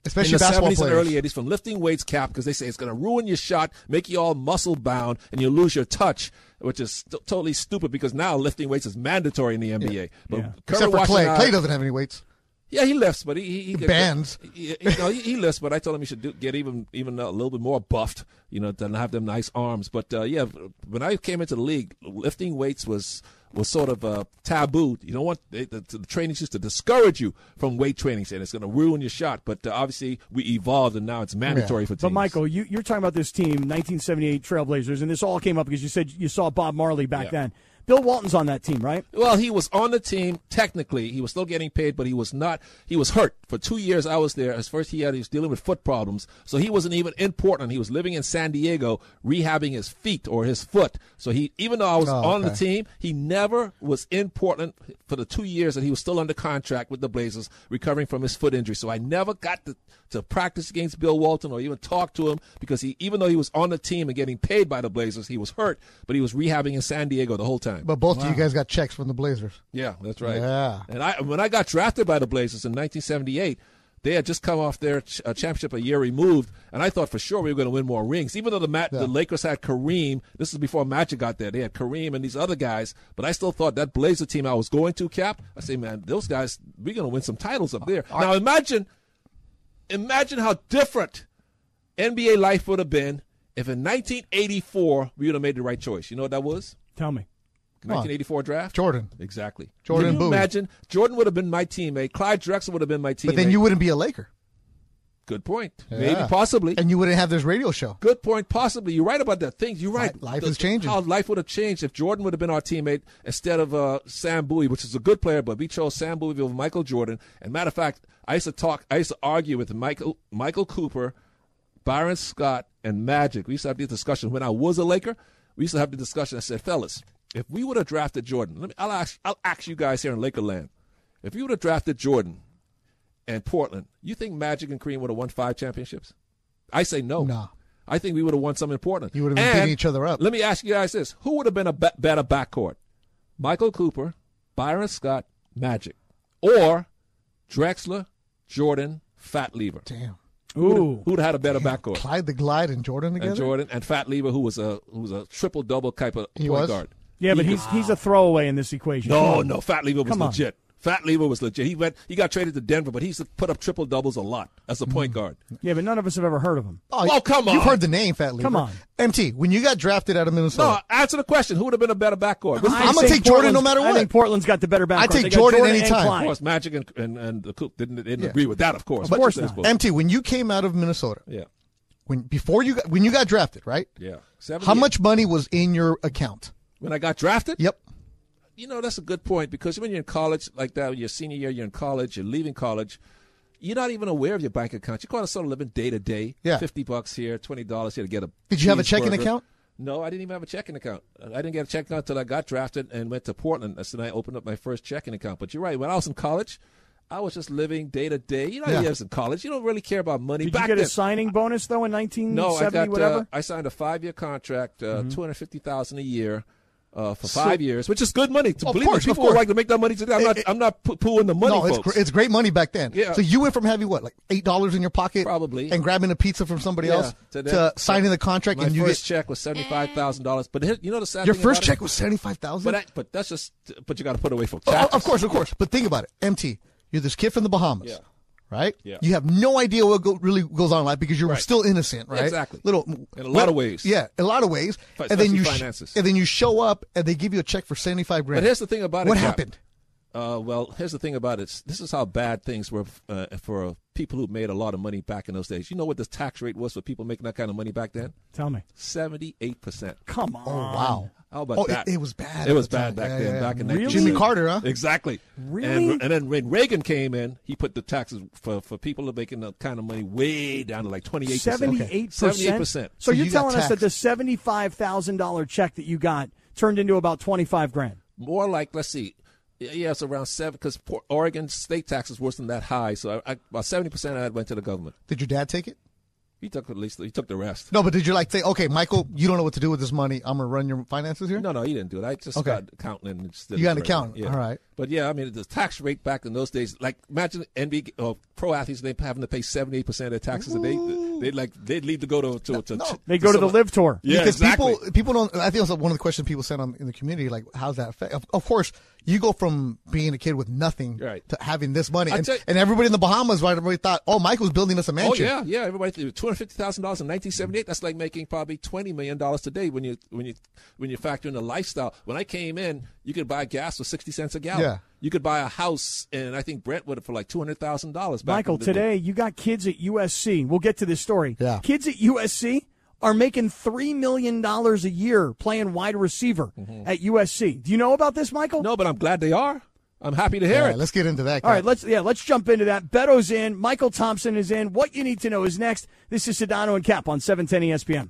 Especially
in the
basketball
70s and
players.
early 80s from lifting weights cap because they say it's going to ruin your shot, make you all muscle bound, and you lose your touch, which is st- totally stupid because now lifting weights is mandatory in the NBA. But Kermit
Except for Clay.
Washington-
Clay doesn't have any weights.
Yeah, he lifts, but he he, he gets-
bends.
He, he- no, he, he lifts, but I told him he should do, get even even a little bit more buffed. You know, to not have them nice arms. But uh, yeah, when I came into the league, lifting weights was was sort of uh, taboo. You don't want they, the, the trainings used to discourage you from weight trainings, and it's going to ruin your shot. But uh, obviously, we evolved, and now it's mandatory for
But Michael, you, you're talking about this team, 1978 Trailblazers, and this all came up because you said you saw Bob Marley back
Yeah.
then. Bill Walton's on that team, right?
Well, he was on the team technically. He was still getting paid, but he was not. He was hurt for two years. I was there. As first he had, he was dealing with foot problems, so he wasn't even in Portland. He was living in San Diego, rehabbing his feet or his foot. So he, even though I was
Oh,
on the
okay.
team, he never was in Portland for the two years that he was still under contract with the Blazers, recovering from his foot injury. So I never got to, to practice against Bill Walton or even talk to him because he, even though he was on the team and getting paid by the Blazers, he was hurt, but he was rehabbing in San Diego the whole time.
But both of you guys got checks from the Blazers.
Yeah, that's right.
Yeah.
And I when I got drafted by the Blazers in 1978, they had just come off their ch- uh, championship a year removed, and I thought for sure we were going to win more rings. Even though the Ma- the Lakers had Kareem, this is before Magic got there. They had Kareem and these other guys, but I still thought that Blazer team I was going to cap. I say, man, those guys, we're going to win some titles up there. now imagine, imagine how different NBA life would have been if in 1984 we would have made the right choice. You know what that was?
Tell me.
Come on.
1984 draft?
Jordan.
Exactly.
Jordan
Can you
Boone.
imagine? Jordan would have been my teammate. Clyde Drexler would have been my teammate.
But then you wouldn't be a Laker.
Good point.
Yeah.
Maybe, possibly.
And you wouldn't have this radio show.
Good point. Possibly. You're right about that. Things. You're right.
Life
The-
is changing.
How life would have changed if Jordan would have been our teammate instead of uh, Sam Bowie, which is a good player, but we chose Sam Bowie over Michael Jordan. And matter of fact, I used to talk. I used to argue with Michael Michael Cooper, Byron Scott, and Magic. We used to have these discussions when I was a Laker. We used to have the discussion. I said, fellas, if we would have drafted Jordan, let me. I'll ask. I'll ask you guys here in Lakerland. If you would have drafted Jordan and Portland, you think Magic and Kareem would have won five championships? I say no. No. I think we would have won some important. You
would have been beating each other up.
Let me ask you guys this: Who would have been a be- better backcourt, Michael Cooper, Byron Scott, Magic, or Drexler, Jordan, Fat Lever? Damn.
Ooh.
who'd have had a better backcourt?
Clyde the Glide and Jordan together?
And Jordan and Fat Lever, who was a who was a triple double type of
He
point
was?
guard.
Yeah, but
He-
he's he's a throwaway in this equation. Come
no,
on.
no, Fat Lever was
Come on.
legit. Fat Lever was legit. He went. He got traded to Denver, but he's put up triple doubles a lot as a
Mm.
point guard.
Yeah, but none of us have ever heard of him.
Oh,
Oh, come on.
You've heard the name, Fat Lever.
Come on.
MT, when you got drafted out of Minnesota.
No, answer the question. Who would have been a better backcourt?
I I'm gonna take
think
Jordan no
Portland's-
matter
I
what.
think Portland's got the better
I
backcourt.
take
They got
Jordan,
and
anytime.
Klein.
Of course, Magic and and, and the Coop didn't, didn't
Yeah.
agree with that. Of course,
But
But
listen,
this was-
MT, when you came out of Minnesota,
Yeah,
when before you got, when you got drafted, right?
yeah.
How
78.
much money was in your account?
when I got drafted?
Yep.
You know that's a good point because when you're in college like that, your senior year, you're in college, you're leaving college, you're not even aware of your bank account. You're kind of sort of living day to day.
Yeah.
Fifty bucks here, twenty dollars here to get a.
Did you have a checking
cheeseburger.
account?
No, I didn't even have a checking account. I didn't get a checking account until I got drafted and went to Portland. That's when I opened up my first checking account. But you're right. When I was in college, I was just living day to day. You know,
Yeah.
yeah. I was in college. You don't really care about money.
Did
Back
you get
then,
a signing bonus though in 1970
no, I got.
whatever?
Uh, I signed a five-year contract, uh, hundred fifty thousand a year uh, for
Mm-hmm. So-
five years, which is good money. To
Of
believe me,
course, of
people would
course.
like to make that money today. I'm
It-
not.
it-
I'm not poo- pooing the money,
no, it's
folks.
gr- it's great money back then.
Yeah.
So you went from having what, like eight dollars in your pocket,
Probably.
and grabbing a pizza from somebody
Yeah,
else
to
to,
that-
signing the contract,
My
and you
first
get
check was seventy-five thousand dollars. But here- you know the sad
your
thing
first
about it?
check was seventy five thousand.
But I, but that's just. But you got to put away for
Oh,
taxes.
of course, of course. But think about it, MT. You're this kid from the Bahamas,
Yeah.
right?
Yeah.
You have no idea what go, really goes on in life because you're
Right.
still innocent, right?
Exactly.
Little
In a lot of ways.
Yeah, in a lot of ways.
Fi-
and then
especially
you sh-
finances.
and then you show up and they give you a check for seventy five grand.
But here's the thing about it.
What
Cap.
happened?
Uh, well, here's the thing about it. This is how bad things were uh, for people who made a lot of money back in those days. You know what the tax rate was for people making that kind of money back then?
Tell me.
Seventy-eight percent.
Come on.
Oh wow.
How about
oh, it-
that?
It, was bad.
It
at
was
the time.
bad back
Yeah,
then.
yeah,
Back in
yeah.
that
Jimmy Carter, huh?
Exactly.
Really?
And, and then when Reagan came in, he put the taxes for, for people making that kind of money way down to like twenty eight percent.
Seventy-eight
percent.
percent. So, you're telling us that the seventy-five thousand dollar check that you got turned into about twenty-five grand.
more like let's see, yeah, it's around seven because Oregon state taxes wasn't that high. So I, I, about seventy percent of that went to the government.
Did your dad take it?
He took at least he took the rest.
No, but did you like say, okay, Michael, you don't know what to do with this money. I'm gonna run your finances here.
No, no, he didn't do it. I just
Okay.
got accountant. And just did
You
it
got an
for everyone.
accountant. All right.
But yeah, I mean the tax rate back in those days, like imagine NBA uh, pro athletes they having to pay seventy eight percent of their taxes, and they They'd like they'd leave to go to to, to, to
They go to the
some-
live tour.
Yeah,
because
exactly.
people people don't. I think it was one of the questions people sent on in the community. Like, how's that affect? Of, of course, you go from being a kid with nothing
Right.
to having this money,
I
and,
tell you-
and everybody in the Bahamas, right? Everybody thought, oh, Michael's building us a
Oh
mansion.
yeah, yeah. Everybody, two hundred fifty thousand dollars in nineteen seventy eight. That's like making probably twenty million dollars today when you when you when you factor in the lifestyle. When I came in, you could buy gas for sixty cents a gallon.
Yeah.
You could buy a house, and I think Brent would for like two hundred thousand dollars.
Michael, today you got kids at USC. We'll get to this story. Yeah. Kids at USC are making three million dollars a year playing wide receiver
Mm-hmm.
at USC. Do you know about this, Michael?
No, but I'm glad they are. I'm happy to hear
All right,
it.
let's get into that.
All right, let's yeah, let's jump into that. Beto's in, Michael Thompson is in. What you need to know is next. This is Sedano and Cap on 710 ESPN.